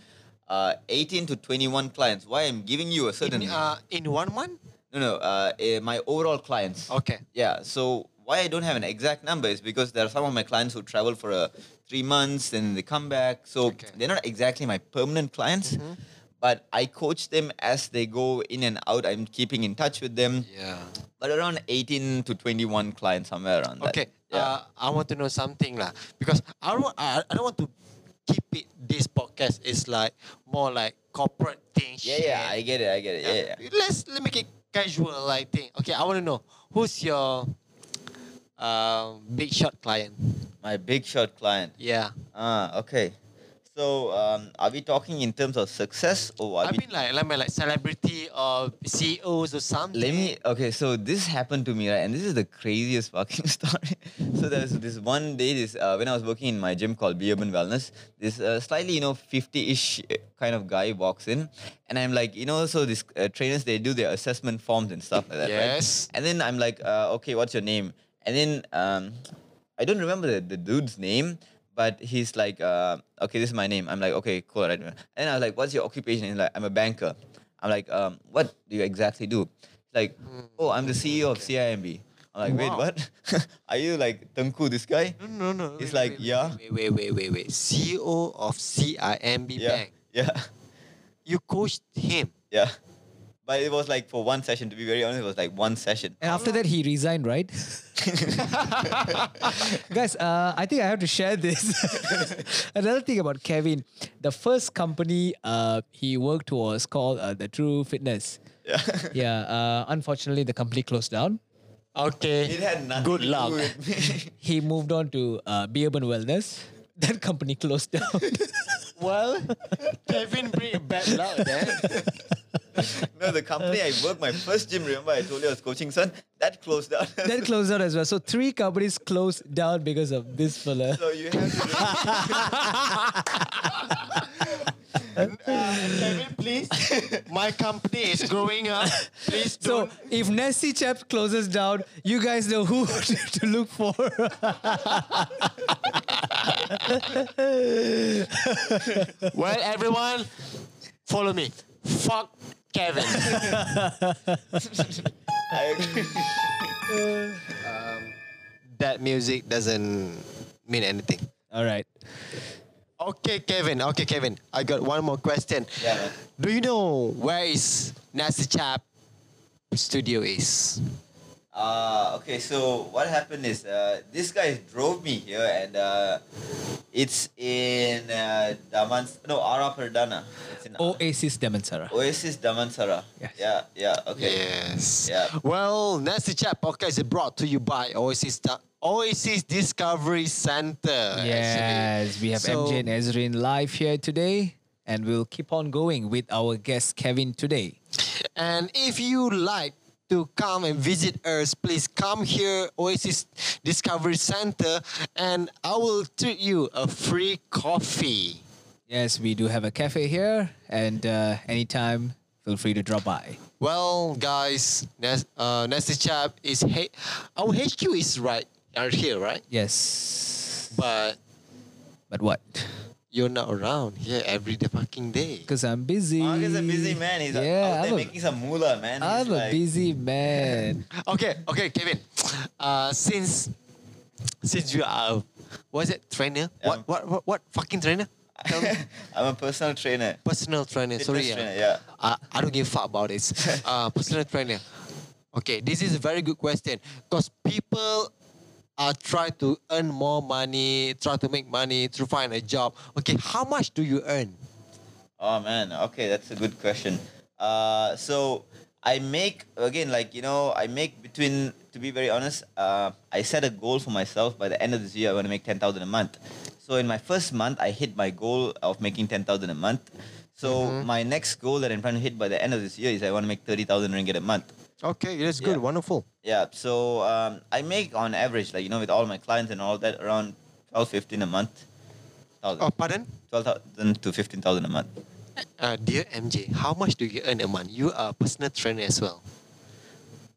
uh, 18 to 21 clients. Why I'm giving you a certain In, uh, in one month? no no uh, eh, my overall clients. Okay. Yeah. So why I don't have an exact number is because there are some of my clients who travel for uh, three months and they come back. So Okay. Mm-hmm. they're not exactly my permanent clients, but I coach them as they go in and out. I'm keeping in touch with them, Yeah. but around 18 to 21 clients somewhere around that. Okay. Yeah. Uh, I want to know something lah because I don't, I, I don't want to keep it. This podcast is like more like corporate thing. yeah, shit. yeah, I get it, I get it. Yeah, yeah. Let's let me make it casual like thing. Okay, I want to know who's your um, big shot client. My big shot client. Yeah, Ah, okay. So, um, are we talking in terms of success or are I we mean like like my like celebrity or CEOs or something. Let me. Okay, so this happened to me, right? And this is the craziest fucking story. so there was this one day, this uh, when I was working in my gym called Urban Wellness, this uh, slightly you know fifty-ish uh, kind of guy walks in, and I'm like, you know, so these uh, trainers they do their assessment forms and stuff like that, right? Yes. And then I'm like, uh, okay, what's your name? And then um, I don't remember the, the dude's name, but he's like, uh, okay, this is my name. I'm like, okay, cool, right? And I was like, what's your occupation? He's like, I'm a banker. I'm like, um, what do you exactly do? Like, oh, I'm the CEO of CIMB. I'm like, wait, Hmm. Wow. Mm, what? Are you like Tengku, this guy? No, no, no. It's wait, wait, like, wait, yeah. Wait, wait, wait, wait, wait. CEO of CIMB Yeah, Bank. yeah, You coached him. yeah. But it was like for one session. To be very honest, it was like one session. And after that, he resigned, right? Guys, uh, I think I have to share this. Another thing about Kevin, the first company uh, he worked was called uh, the True Fitness. Yeah. Yeah, uh, unfortunately, the company closed down. Okay. It had nothing Good to do luck. with me. He moved on to uh, Be Urban Wellness. That company closed down. Well, Kevin bring a bad luck then. No, the company I worked, my first gym, remember I told you I was coaching son, that closed down. that closed down as well. So three companies closed down because of this fella. so you have to do- Kevin, please. My company is growing up. Please So don't. if Nessie Chap closes down, you guys know who to look for. well, everyone, follow me. Fuck Kevin. I agree. that music doesn't mean anything. All right. Okay, Kevin. Okay, Kevin. I got one more question. Yeah, man. Do you know where is Nasty Chap studio is? Uh, okay, so what happened is uh, this guy drove me here and uh, it's in uh, Damans, no, Ara Perdana. It's in Oasis Damansara. Oasis Damansara. Oh, Yes. Yeah, yeah, okay. Yes. Yeah. Well, Nasty Chap podcast is brought to you by Oasis, Ta- Oasis Discovery Center. actually. Yes, we have So- MJ and Ezrin live here today, and we'll keep on going with our guest Kevin today. And if you like to come and visit us, please come here, Oasis Discovery Center, and I will treat you a free coffee. Yes, we do have a cafe here, and uh, anytime, feel free to drop by. Well, guys, Nas- uh, Nasty Chap is H- our HQ is right out here, right? Yes, But but what? you're not around here every day, fucking day. Because I'm busy. Mark is a busy man. He's yeah, out there I'm, making some moolah, man. a, He's I'm a like- busy man. Okay, okay, Kevin. Uh, since since you are, was it trainer? Yeah. What, what what what fucking trainer? Tell me. I'm a personal trainer. personal trainer. sorry, Fitness yeah. trainer, yeah. I, I don't give a fuck about this. uh, personal trainer. Okay, this is a very good question because people are trying to earn more money, try to make money, to find a job. Okay, how much do you earn? Oh man, okay, that's a good question. Uh, so I make again, like you know, I make between. To be very honest, uh, I set a goal for myself. By the end of this year, I want to make ten thousand a month. So in my first month, I hit my goal of making ten thousand a month. So my next goal that I'm trying to hit by the end of this year is I want to make thirty thousand ringgit a month. Okay, that's good, Yeah. wonderful. Yeah. So um, I make on average, like you know, with all my clients and all that, around 12, 15 a month. Oh, Thousand. pardon? Twelve thousand to fifteen thousand a month. Uh, dear MJ, how much do you earn a month? You are a personal trainer as well.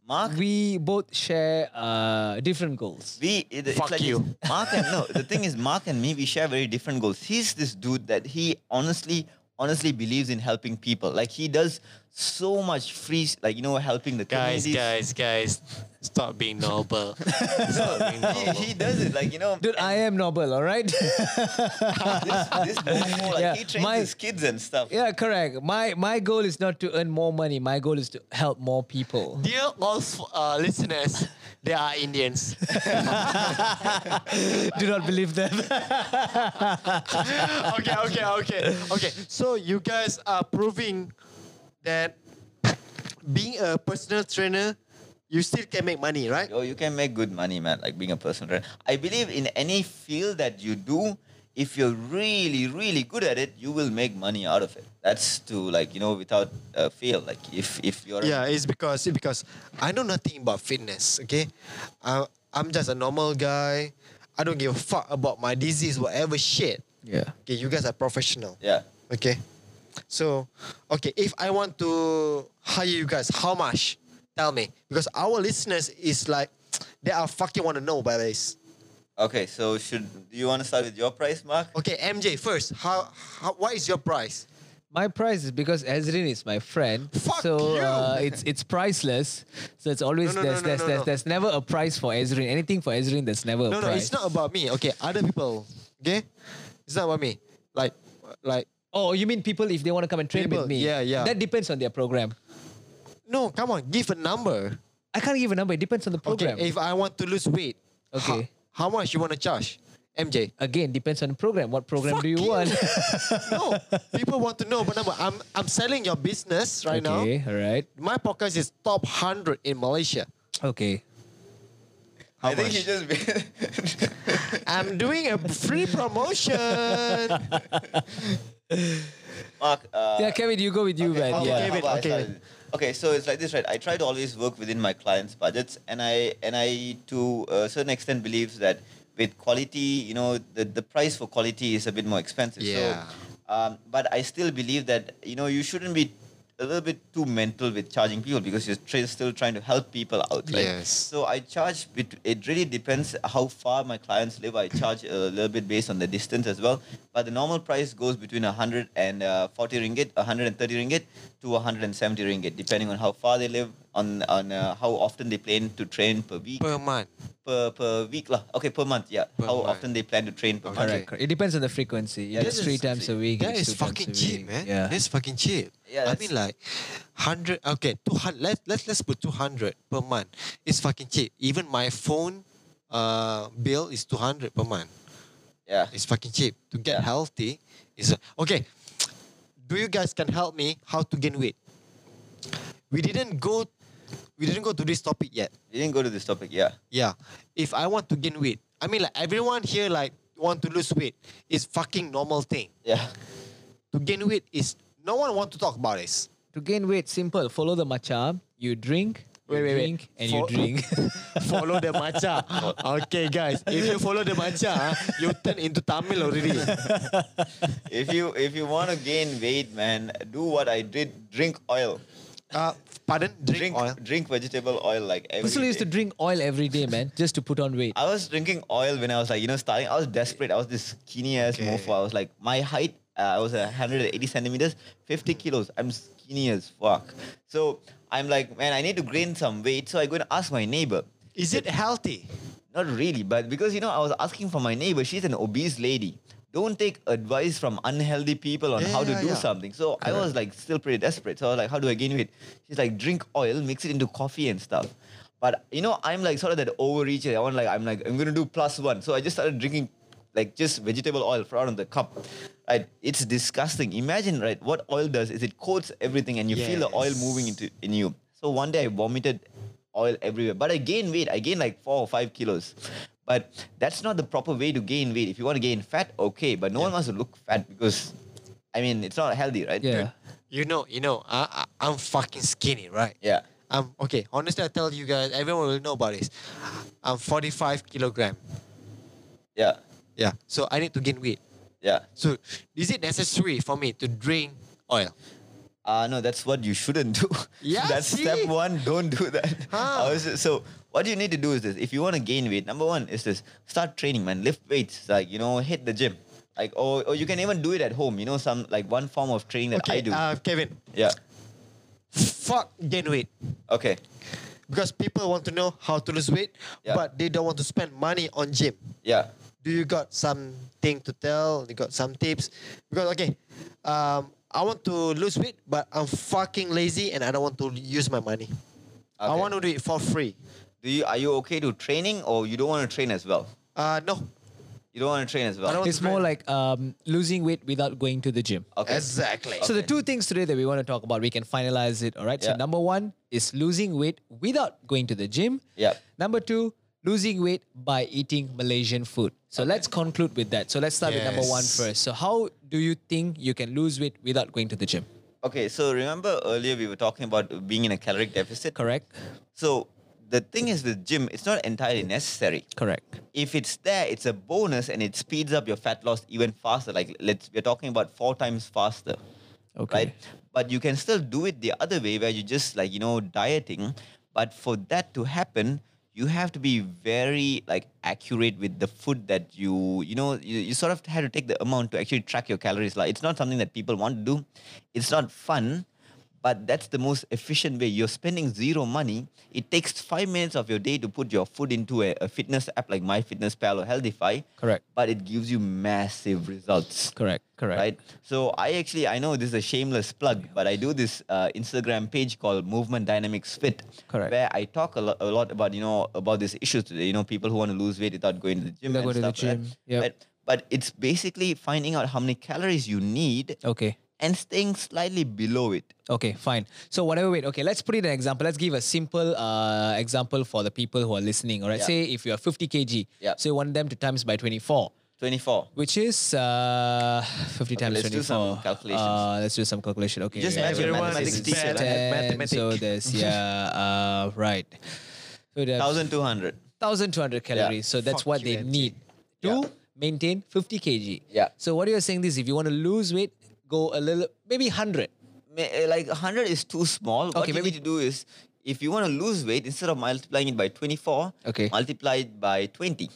Mark, We both share uh, different goals. we it, it's Fuck like you. it's- Mark and no, the thing is, Mark and me, we share very different goals. He's this dude that he honestly, honestly believes in helping people. Like he does so much free, s- like you know, helping the Guys, communities. guys, guys, stop being noble. stop being noble. He, he does it like you know, Dude, I am noble, all right? this, this Momo, like Yeah, he trains my- his kids and stuff. yeah, correct. My my goal is not to earn more money. My goal is to help more people. Dear all uh, listeners, they are Indians. Do not believe that. okay, okay, okay, okay. So you guys are proving that being a personal trainer, you still can make money, right? Yo, you can make good money, man, like being a personal trainer. I believe in any field that you do, if you're really, really good at it, you will make money out of it. That's to like, you know, without uh, fail. Like if if you're Yeah, it's because it's because I know nothing about fitness. Okay, I, I'm just a normal guy. I don't give a fuck about my disease, whatever shit. Yeah. Okay, you guys are professional. yeah. Okay, so okay, if I want to hire you guys, how much? Tell me because our listeners is like they are fucking want to know by this. Okay, so should do you want to start with your price, Mark? Okay, MJ, first, how, how what is your price? My prize is because Ezrin is my friend. Fuck so you. Uh, it's it's priceless. So it's always No, no, there's, no, no, there's, no, there's, no. there's never a price for Ezrin. Anything for Ezrin, there's never a No, no, price. it's not about me. Okay, other people. Okay, it's not about me. Like, like Oh, you mean people if they want to come and train People, with me? yeah, yeah. That depends on their program. no, come on, give a number. I can't give a number. It depends on the program. Okay, if I want to lose weight, ho- Okay. how, much you want to charge, MJ? Again, depends on the program. What program do you want? Fuck no, people want to know about number. I'm I'm selling your business right now. okay, all right. My podcast is top hundred in Malaysia. Okay. How I think much? he just I'm doing a free promotion. Mark. Uh, yeah, Kevin, you go with you, man. how okay, yeah. about- Kevin, how about I okay. start with- Okay, so it's like this, right? I try to always work within my clients' budgets, and I and I to a certain extent believes that with quality, you know, the, the price for quality is a bit more expensive. Yeah. So, um, but I still believe that you know you shouldn't be a little bit too mental with charging people because you're tra- still trying to help people out. Right? Yes. So I charge. bet- It really depends how far my clients live. I charge a little bit based on the distance as well. But the normal price goes between 140 uh, ringgit, 130 ringgit to 170 ringgit, depending on how far they live, on on uh, how often they plan to train per week, per month. per per week lah. Okay, per month. Yeah. Per how month. often they plan to train per All month. right. It depends on the frequency. Yeah, That it's three is- times a week. That it's two is times fucking a cheap, week. man. Yeah. That's fucking cheap. Yeah, I that's- mean like hundred okay, two hundred let let's let's put two hundred per month. It's fucking cheap. Even my phone uh bill is two hundred per month. Yeah. It's fucking cheap. To get Yeah. healthy is okay. Do you guys can help me how to gain weight? We didn't go we didn't go to this topic yet. We didn't go to this topic. Yeah. Yeah. If I want to gain weight, I mean like everyone here like want to lose weight. It's fucking normal thing Yeah. to gain weight is no one want to talk about this. To gain weight, simple. Follow the matcha. You drink. you Wait, wait, wait. drink, And Fo- you drink. Follow the matcha. okay, guys. If you follow the matcha, ah, you turn into Tamil already. if you if you want to gain weight, man, do what I did. Drink oil. Uh, pardon? Drink, Drink oil. drink vegetable oil like every. Usually used to day. drink oil every day, man, just to put on weight. I was drinking oil when I was like, you know, starting. I was desperate. I was this skinny ass Okay. mofo. I was like, my height, uh, I was a 180 centimeters, 50 kilos. I'm skinny as fuck. So I'm like, man, I need to gain some weight. So I go and ask my neighbor. Is it healthy? Not really, but because you know, I was asking for my neighbor. She's an obese lady, don't take advice from unhealthy people on Yeah, how to yeah, do yeah. something. So I was like still pretty desperate. So I was like, how do I gain weight? She's like, drink oil, mix it into coffee and stuff. But you know, I'm like sort of that overreacher. I want like I'm like I'm gonna do plus one. So I just started drinking like just vegetable oil from out of the cup. Right? It's disgusting. Imagine right what oil does is it coats everything and you feel the oil moving into in you. So one day I vomited oil everywhere. But I gained weight. I gained like four or five kilos. But that's not the proper way to gain weight. If you want to gain fat, okay. But no one wants to look fat because I mean it's not healthy, right? Yeah. You know, you know, I, I, I'm fucking skinny, right? Yeah. I'm okay. Honestly, I tell you guys, everyone will know about this. I'm 45 kilogram. Yeah. Yeah. So I need to gain weight. Yeah. So is it necessary for me to drink oil? Uh, no, that's what you shouldn't do. Yeah, that's see? step one. Don't do that. Huh. I was- so, what you need to do is this: if you want to gain weight, number one is this: start training, man. Lift weights, like you know, hit the gym, like or, or you can even do it at home. You know, some like one form of training that I do. Uh, Kevin, yeah. fuck gain weight. Okay. Because people want to know how to lose weight, Yeah. but they don't want to spend money on gym. Yeah. Do you got something to tell? You got some tips? Because okay, um, I want to lose weight, but I'm fucking lazy and I don't want to use my money. I Okay. want to do it for free. Do you are you okay to training or you don't want to train as well? Uh, no, You don't want to train as I well. don't- It's more like um, losing weight without going to the gym. okay. exactly. So the Okay. two things today that we want to talk about, we can finalize it. All right. So Yeah. number one is losing weight without going to the gym. Yep. Number two, losing weight by eating Malaysian food. So let's conclude with that. So let's start with number one Yes. first. So how do you think you can lose weight without going to the gym? Okay. So remember earlier we were talking about being in a caloric deficit. Correct. So the thing is with gym, it's not entirely necessary. Correct. if it's there, it's a bonus and it speeds up your fat loss even faster. Like let's we're talking about four times faster. Okay. Right? But you can still do it the other way where you just like, you know, dieting. But for that to happen, you have to be very like accurate with the food that you you know you, you sort of had to take the amount to actually track your calories. Like it's not something that people want to do. It's not fun, but that's the most efficient way. You're spending zero money. It takes five minutes of your day to put your food into a, a fitness app like MyFitnessPal or Healthify. Correct. But it gives you massive results. Correct. Correct. Right. So I actually I know this is a shameless plug, but I do this uh, Instagram page called Movement Dynamics Fit, Correct. where I talk a, lo- a lot about you know about these issues today. You know, people who want to lose weight without going to the gym. Without and going to the gym, stuff, Right? yep. Right? But it's basically finding out how many calories you need Okay. and staying slightly below it. Okay, fine. So whatever weight. Okay, let's put it an example. Let's give a simple uh, example for the people who are listening. All right, Yeah. say if you are 50 kg, Yeah. so you want them to times by 24, Twenty-four. which is uh, 50 times let's 24. do some calculations. Uh, let's do some calculation. Okay, just yeah, measure yeah, Everyone mathematics this is is bad at 10, mathematics. So there's yeah, uh, right. So there's Thousand two hundred. 1200 calories. So that's Fuck what you, they MG. need to Yeah. maintain 50 kg. Yeah. So what you're saying is if you want to lose weight, go a little, maybe 100. eh, Like hundred is too small. what Okay, you maybe- need to do is if you want to lose weight, instead of multiplying it by twenty-four, Okay. multiply it by twenty.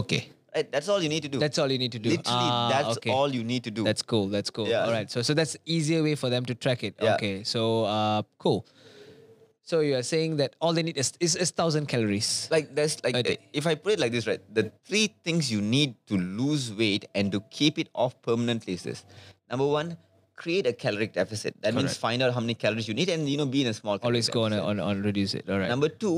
Okay. Right, that's all you need to do. That's all you need to do. Literally, Ah, that's okay. all you need to do. That's cool. That's cool. Yeah. All right. So so that's easier way for them to track it. Yeah. Okay. So uh cool. So you are saying that all they need is is, is thousand calories. like there's like uh, A day. if I put it like this, right? The three things you need to lose weight and to keep it off permanently is this. Number one, create a caloric deficit. That means find out how many calories you need and you know be in a small. Always caloric go on, deficit. on on reduce it. All right. Number two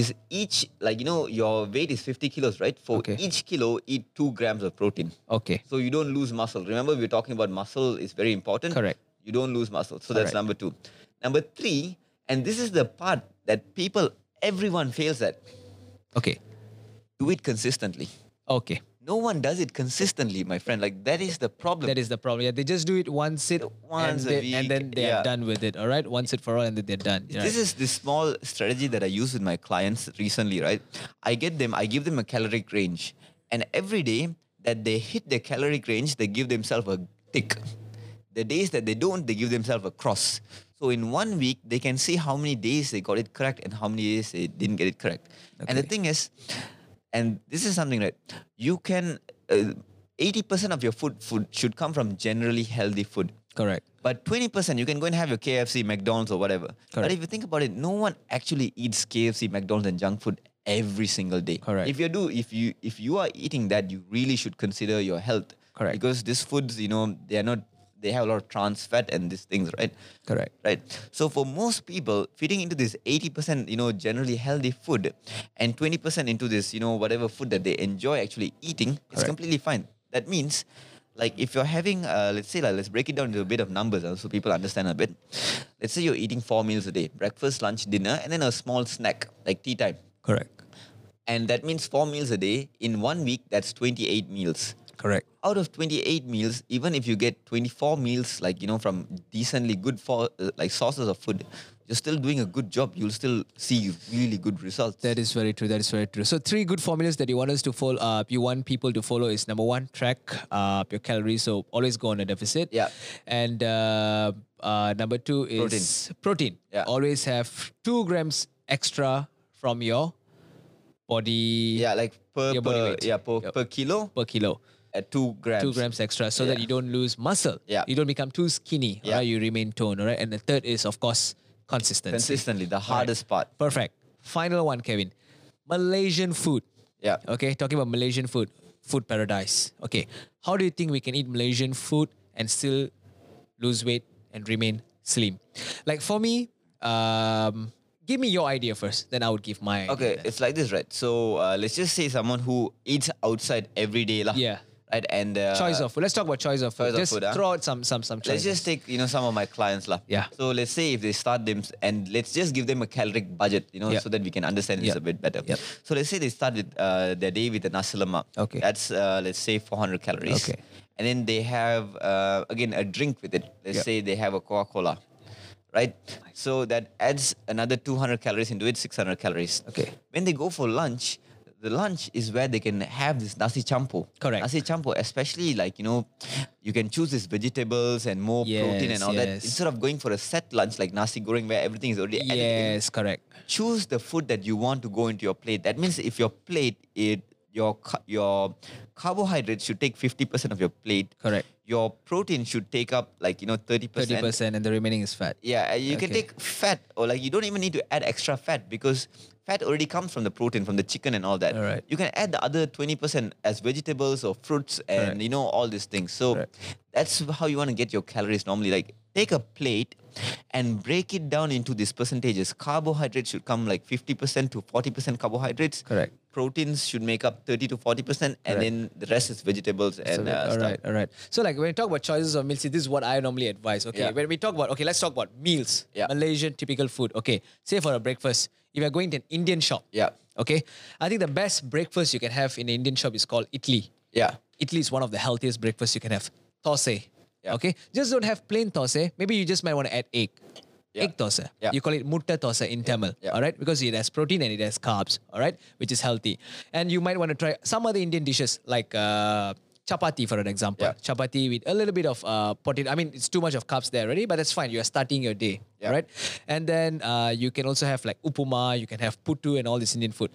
is each like you know your weight is 50 kilos, right? For Okay. each kilo, eat two grams of protein. okay. So you don't lose muscle. Remember, we were talking about muscle is very important. Correct. You don't lose muscle. So that's Correct. number two. Number three, and this is the part that people, everyone fails at. Okay. Do it consistently. Okay. No one does it consistently, my friend. Like that is the problem. That is the problem. Yeah, they just do it one sit and, Once a they- and week, then they are yeah. done with it. All right, one sit for all, and then they're done. Right. This is the small strategy that I use with my clients recently, right? I get them, I give them a caloric range. And every day that they hit their caloric range, they give themselves a tick. The days that they don't, they give themselves a cross. So in one week, they can see how many days they got it correct and how many days they didn't get it correct. And the thing is, and this is something right, you can, uh, 80% of your food, food should come from generally healthy food. correct. But 20%, you can go and have your KFC, McDonald's, or whatever. But Correct. if you think about it, no one actually eats KFC, McDonald's, and junk food every single day. Correct. If you do, if you if you are eating that, you really should consider your health. Correct. Because these foods, you know, they are not. They have a lot of trans fat and these things, right? Correct. Right. So for most people, feeding into this 80%, you know, generally healthy food, and 20% into this, you know, whatever food that they enjoy actually eating, it's Correct. completely fine. That means, like, if you're having, uh, let's say, like, let's break it down into a bit of numbers uh, so people understand a bit. Let's say you're eating four meals a day: breakfast, lunch, dinner, and then a small snack like tea time. Correct. And that means four meals a day. In one week, that's 28 meals. Correct. Out of 28 meals, even if you get 24 meals, like, you know, from decently good, for, uh, like, sources of food, you're still doing a good job. You'll still see really good results. That is very true. That is very true. So three good formulas that you want us to follow up. You want people to follow is number one, track uh, your calories. So always go on a deficit. Yeah. And uh, uh, number two is protein. Yeah. Always have two grams extra from your body yeah, like, per, Your body per, weight. yeah, per, Yep. per kilo, per kilo. at two grams. Two grams extra, so that Yeah. you don't lose muscle. Yeah. You don't become too skinny. Yeah. Right. You remain toned. All right. And the third is of course consistency. Consistently, the hardest part. Perfect. Final one, Kevin. Malaysian food. Yeah. Okay, talking about Malaysian food, food paradise. Okay, how do you think we can eat Malaysian food and still lose weight and remain slim? Like for me, um, give me your idea first, then I would give my. idea Okay, uh, then. it's like this, right? So uh, let's just say someone who eats outside every day, lah. Yeah. Right, and uh, choice of food. Let's talk about choice of food. choice of just food, ah. throw out some some some Let's choices. just take you know some of my clients lah. Yeah. So let's say if they start them and let's just give them a caloric budget, you know, Yeah. so that we can understand this Yeah. a bit better. Yeah. So let's say they start with uh, their day with an asalama. Okay. That's uh, let's say 400 calories. Okay. And then they have uh, again a drink with it. Let's Yeah. say they have a Coca Cola, right? So that adds another 200 calories into it, 600 calories. Okay. When they go for lunch. The lunch is where they can have this nasi champo. Correct. Nasi champo, especially like, you know, you can choose these vegetables and more protein Yes, and all that. yes. Instead of going for a set lunch like nasi goreng where everything is already added in, yes, correct. choose the food that you want to go into your plate. That means if your plate it your ca- your carbohydrates should take fifty percent of your plate. Correct. Your protein should take up like you know thirty Thirty percent. percent, and the remaining is fat. Yeah, uh, you can Okay. take fat or like you don't even need to add extra fat because fat already comes from the protein, from the chicken and all that. Alright. You can add the other 20% as vegetables or fruits and Correct. you know all these things. So Correct. that's how you want to get your calories normally. Like take a plate and break it down into these percentages. Carbohydrates should come like 50% to 40% carbohydrates. Correct. Proteins should make up 30 to 40% and then the rest is vegetables and uh, all stuff. right, all right. So like when we talk about choices of meals, see, this is what I normally advise. Okay, Yeah. when we talk about okay, let's talk about meals. Yeah. Malaysian typical food. Okay, say for a breakfast, if you're going to an Indian shop. Yeah. Okay, I think the best breakfast you can have in an Indian shop is called idli. Yeah. Italy is one of the healthiest breakfasts you can have. Thosai. Yeah. Okay. Just don't have plain thosai. Maybe you just might want to add egg. Yeah. Egg thosai. Yeah. You call it mutta thosai in Tamil. Yeah. All right. Because it has protein and it has carbs. All right. Which is healthy. And you might want to try some other Indian dishes like uh, chapati, for an example. Yeah. Chapati with a little bit of uh, potato. I mean, it's too much of carbs there already, but that's fine. You're starting your day. Yeah. All right. And then uh, you can also have like upuma, you can have putu and all this Indian food.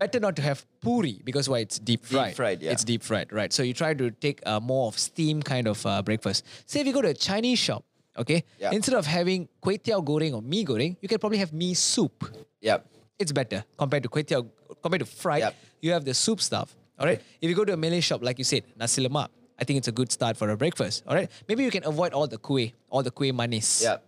Better not to have puri because why? It's deep fried. fried, yeah. It's deep fried, right? So you try to take a more of steam kind of uh, breakfast. Say if you go to a Chinese shop, okay, Yeah. instead of having kway teow goreng or mee goreng, you can probably have mee soup. Yeah. It's better compared to kway teow, compared to fried. Yeah. You have the soup stuff. All right. If you go to a Malay shop, like you said, nasi lemak, I think it's a good start for a breakfast. All right. Maybe you can avoid all the kueh, all the kueh manis. Yeah.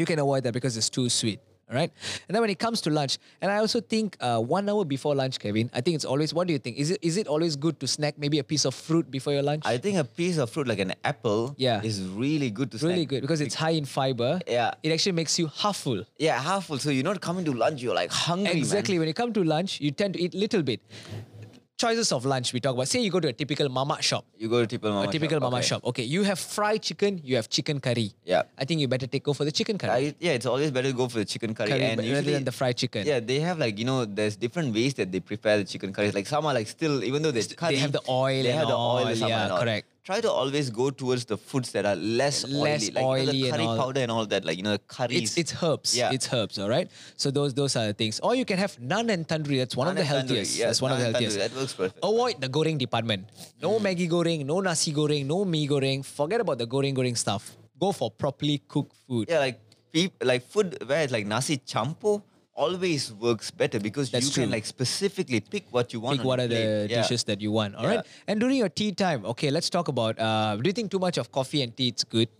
You can avoid that because it's too sweet. All right. And then when it comes to lunch, and I also think uh, one hour before lunch, Kevin, I think it's always, what do you think? Is it is it always good to snack maybe a piece of fruit before your lunch? I think a piece of fruit like an apple Yeah. is really good to really snack. good because it's high in fiber. Yeah. It actually makes you half full. Yeah, half full. So you're not coming to lunch, you're like hungry. man. Exactly. When you come to lunch, you tend to eat little bit. Choices of lunch we talk about. Say you go to a typical mama shop. You go to typical mama a typical shop. mama okay. shop. Okay, you have fried chicken, you have chicken curry. Yeah. I think you better take go for the chicken curry. I, yeah, it's always better to go for the chicken curry, Curry, and but rather usually, than the fried chicken. Yeah, they have like you know, there's different ways that they prepare the chicken curries. Like some are like still, even though they curry, have the oil they and have the oil. all, some are yeah, not. correct. Try to always go towards the foods that are less oily, Less like you know, oily the and curry all. powder and all that. Like you know, the curries. It's it's herbs. Yeah. It's herbs, all right? So those those are the things. Or you can have naan and tandoori. That's one of the Naan and tandoori, healthiest. yes, that's one of the naan and healthiest. tandoori, that works perfect. Avoid the goreng department. No Hmm. Maggie goreng, no nasi goreng, no mee goreng. Forget about the goreng goreng stuff. Go for properly cooked food. yeah, like peop, like food where it's like nasi champo. always works better because That's you can true. like specifically pick what you want. Pick on what your are the plate. Yeah. dishes that you want. All right. And during your tea time, okay, let's talk about. Uh, do you think too much of coffee and tea is good?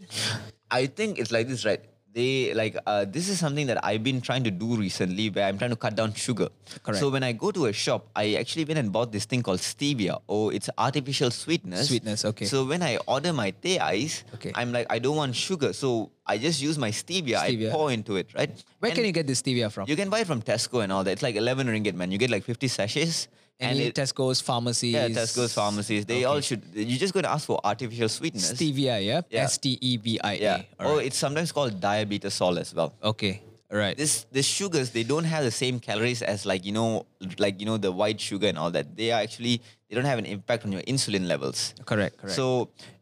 I think it's like this, right? They like uh, this is something that I've been trying to do recently, where I'm trying to cut down sugar. Correct. So when I go to a shop, I actually went and bought this thing called stevia, or it's artificial sweetness. Sweetness, okay. So when I order my tea ice, Okay. I'm like, I don't want sugar, so I just use my stevia, Stevia. I pour into it, right? Where And can you get this stevia from? You can buy it from Tesco and all that. It's like 11 ringgit, man. You get like 50 sachets. and Any it, Tesco's pharmacies? yeah, Tesco's pharmacies. They all Okay. should. You just go and ask for artificial sweetness. Stevia, yeah. Yeah. S T E B I A. Yeah. All Oh, Or right. it's sometimes called diabetes salt as well. okay. All right. This the sugars they don't have the same calories as like you know like you know the white sugar and all that. They are actually they don't have an impact on your insulin levels. correct. Correct. So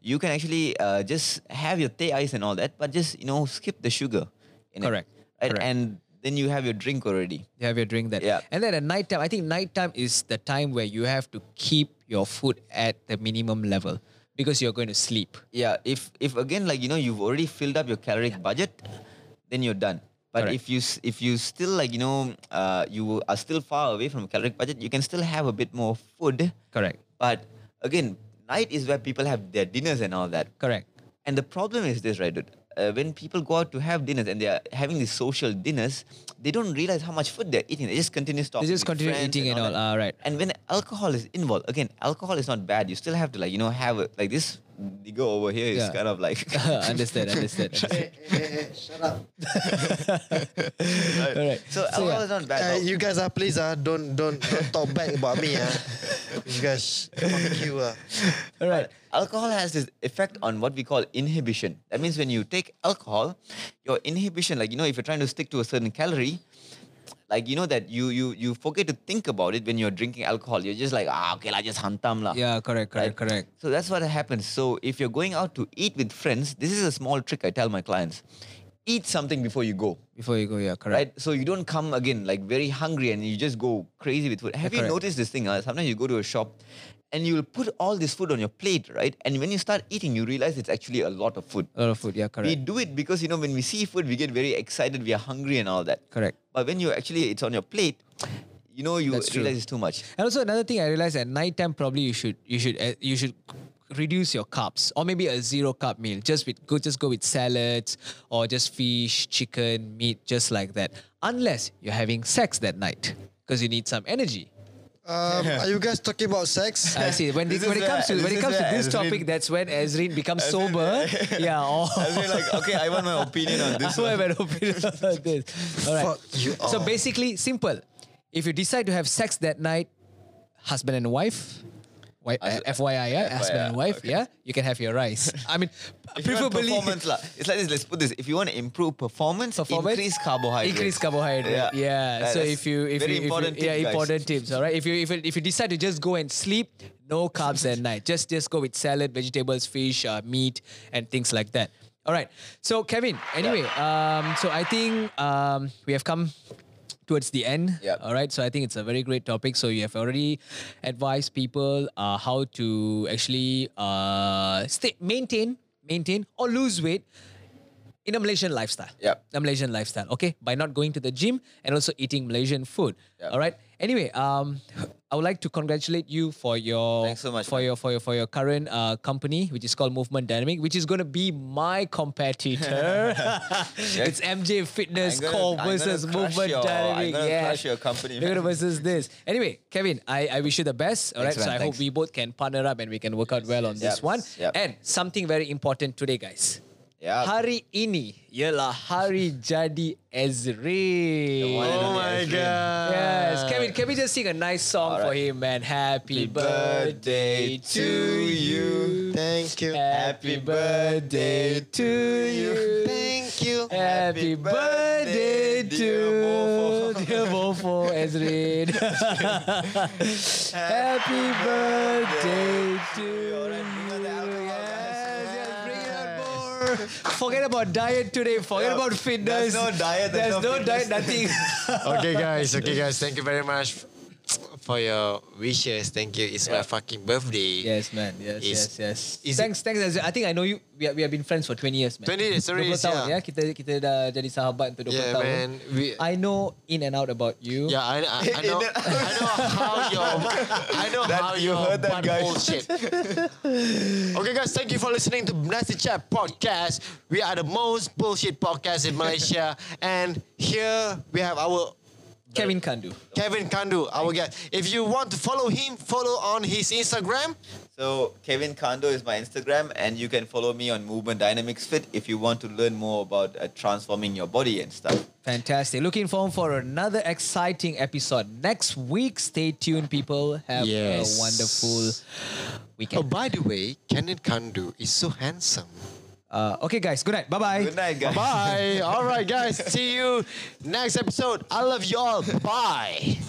you can actually uh, just have your tea ice and all that, but just you know skip the sugar. in it, Correct. right? Correct. And then you have your drink already. You have your drink that. Yeah. And then at night time, I think night time is the time where you have to keep your food at the minimum level because you're going to sleep. yeah if if again like you know you've already filled up your caloric budget then you're done but Correct. if you s- if you still like you know uh, you are still far away from caloric budget you can still have a bit more food Correct. but again night is where people have their dinners and all that Correct. and the problem is this right dude uh, when people go out to have dinners and they are having these social dinners they don't realize how much food they're eating they just continue talking They just with continue friends eating and all. Ah, that. All right. And when alcohol is involved, again, alcohol is not bad. You still have to like you know have a, like this. The go over here is Yeah. kind of like understood. Understood. understood. Hey, hey, hey, shut up. all right. so yeah. alcohol is not Uh, bad. you guys are please uh, don't don't don't talk back about me uh. You guys fuck you uh. All right. alcohol has this effect on what we call inhibition. That means when you take alcohol, your inhibition, like you know, if you're trying to stick to a certain calorie, like you know that you you you forget to think about it when you're drinking alcohol. You're just like ah okay, I just hantam lah. Yeah. Correct. Correct. Correct. right? So that's what happens. So if you're going out to eat with friends, this is a small trick I tell my clients. Eat something before you go, Before you go, yeah. Correct. right? So you don't come again like very hungry and you just go crazy with food. Have you correct. noticed this thing? Uh, sometimes you go to a shop and you'll put all this food on your plate, right? And when you start eating, you realize it's actually a lot of food. A lot of food. Yeah. We Correct. do it because you know when we see food, we get very excited, we are hungry and all that. Correct. But when you actually it's on your plate, you know you That's true. realize it's too much. And also another thing I realized at nighttime probably you should you should uh, you should reduce your carbs or maybe a zero carb meal just with go just go with salads or just fish, chicken, meat, just like that. Unless you're having sex that night because you need some energy. Um, are you guys talking about sex? I see. When, This it- when is it comes where- to when it this is comes to where this Ezrin- topic, that's when Ezrin becomes sober. yeah. Or, I feel like okay, I want my opinion I on this. have an opinion on this. All right. Fuck you So all. basically, simple. If you decide to have sex that night, husband and wife. Wi- uh, FYI, yeah, husband and wife, yeah, you can have your rice. I mean, If you want preferably performance lah. It's like this. Let's put this. If you want to improve performance, performance, increase carbohydrates. Increase carbohydrate. Yeah. That- so that's if you, if very you, if important, you, yeah, tip, guys. important tips. All right. If you, if you, if you decide to just go and sleep, no carbs at night. Just, just go with salad, vegetables, fish, uh, meat, and things like that. All right. So Kevin, anyway, um, so I think um, we have come towards the end. Yeah. All right. So I think it's a very great topic. So you have already advised people uh, how to actually uh, stay maintain, maintain or lose weight in a Malaysian lifestyle. Yep. A Malaysian lifestyle. Okay. By not going to the gym and also eating Malaysian food. All right. Anyway, um, I would like to congratulate you for your Thanks so much, for man. your for your for your current uh, company, which is called Movement Dynamic, which is going to be my competitor. It's MJ Fitness I'm gonna- Core I'm gonna versus crush Movement your- I'm Dynamic. gonna yeah. crush your company, They're gonna man. versus this. Anyway, Kevin, I, I wish you the best. All right. Thanks, So man. I hope Thanks. we both can partner up and we can work out well on this yes. one. Yep. And something very important today, guys. Yeah. Hari ini ialah hari jadi Ezrin. one and Oh only my Ezrin. God. Yes, Kevin, can we just sing a nice song for him, man? Happy, Happy birthday birthday to to you. Thank you. Happy birthday to you. Thank you. Happy birthday to dear Bofo. dear Bofo Ezrin. Happy birthday to you. Alright, bring out the alcohol, Yes, guys. yes, bring it out more. Forget about diet today. Forget Yeah, about fitness. there's no diet, There's there's no no diet. Nothing. okay, guys. Okay, guys. Thank you very much f- for your wishes. Thank you. It's my fucking birthday. Yes, man. Yes, yes, Is- yes. is it- thanks, thanks. Azri. I think I know you. We have, we have been friends for 20 years, man. 20 years, sorry, 20 tahun, ya. yeah. Kita kita dah jadi sahabat untuk 20 Yeah, tahun. ya? man. We- I know in and out about you. Yeah, I, I, I know. I know how your I know That- how you your heard that, guys. butthole shit. okay, guys, thank you for listening to Nasty Chat podcast. We are the most bullshit podcast in Malaysia, and here we have our Kevin Kandu. Kevin Kandu, our guest. If you want to follow him, follow on his Instagram. So Kevin Kando is my Instagram, and you can follow me on Movement Dynamics Fit if you want to learn more about uh, transforming your body and stuff. Fantastic. Looking forward for another exciting episode next week. Stay tuned, people. Have Yes. a wonderful Oh, weekend. by the way, Kevin Kandu is so handsome. Uh, okay, guys. Good night. Bye bye. Good night, guys. Bye. all right, guys. See you next episode. I love you all. Bye.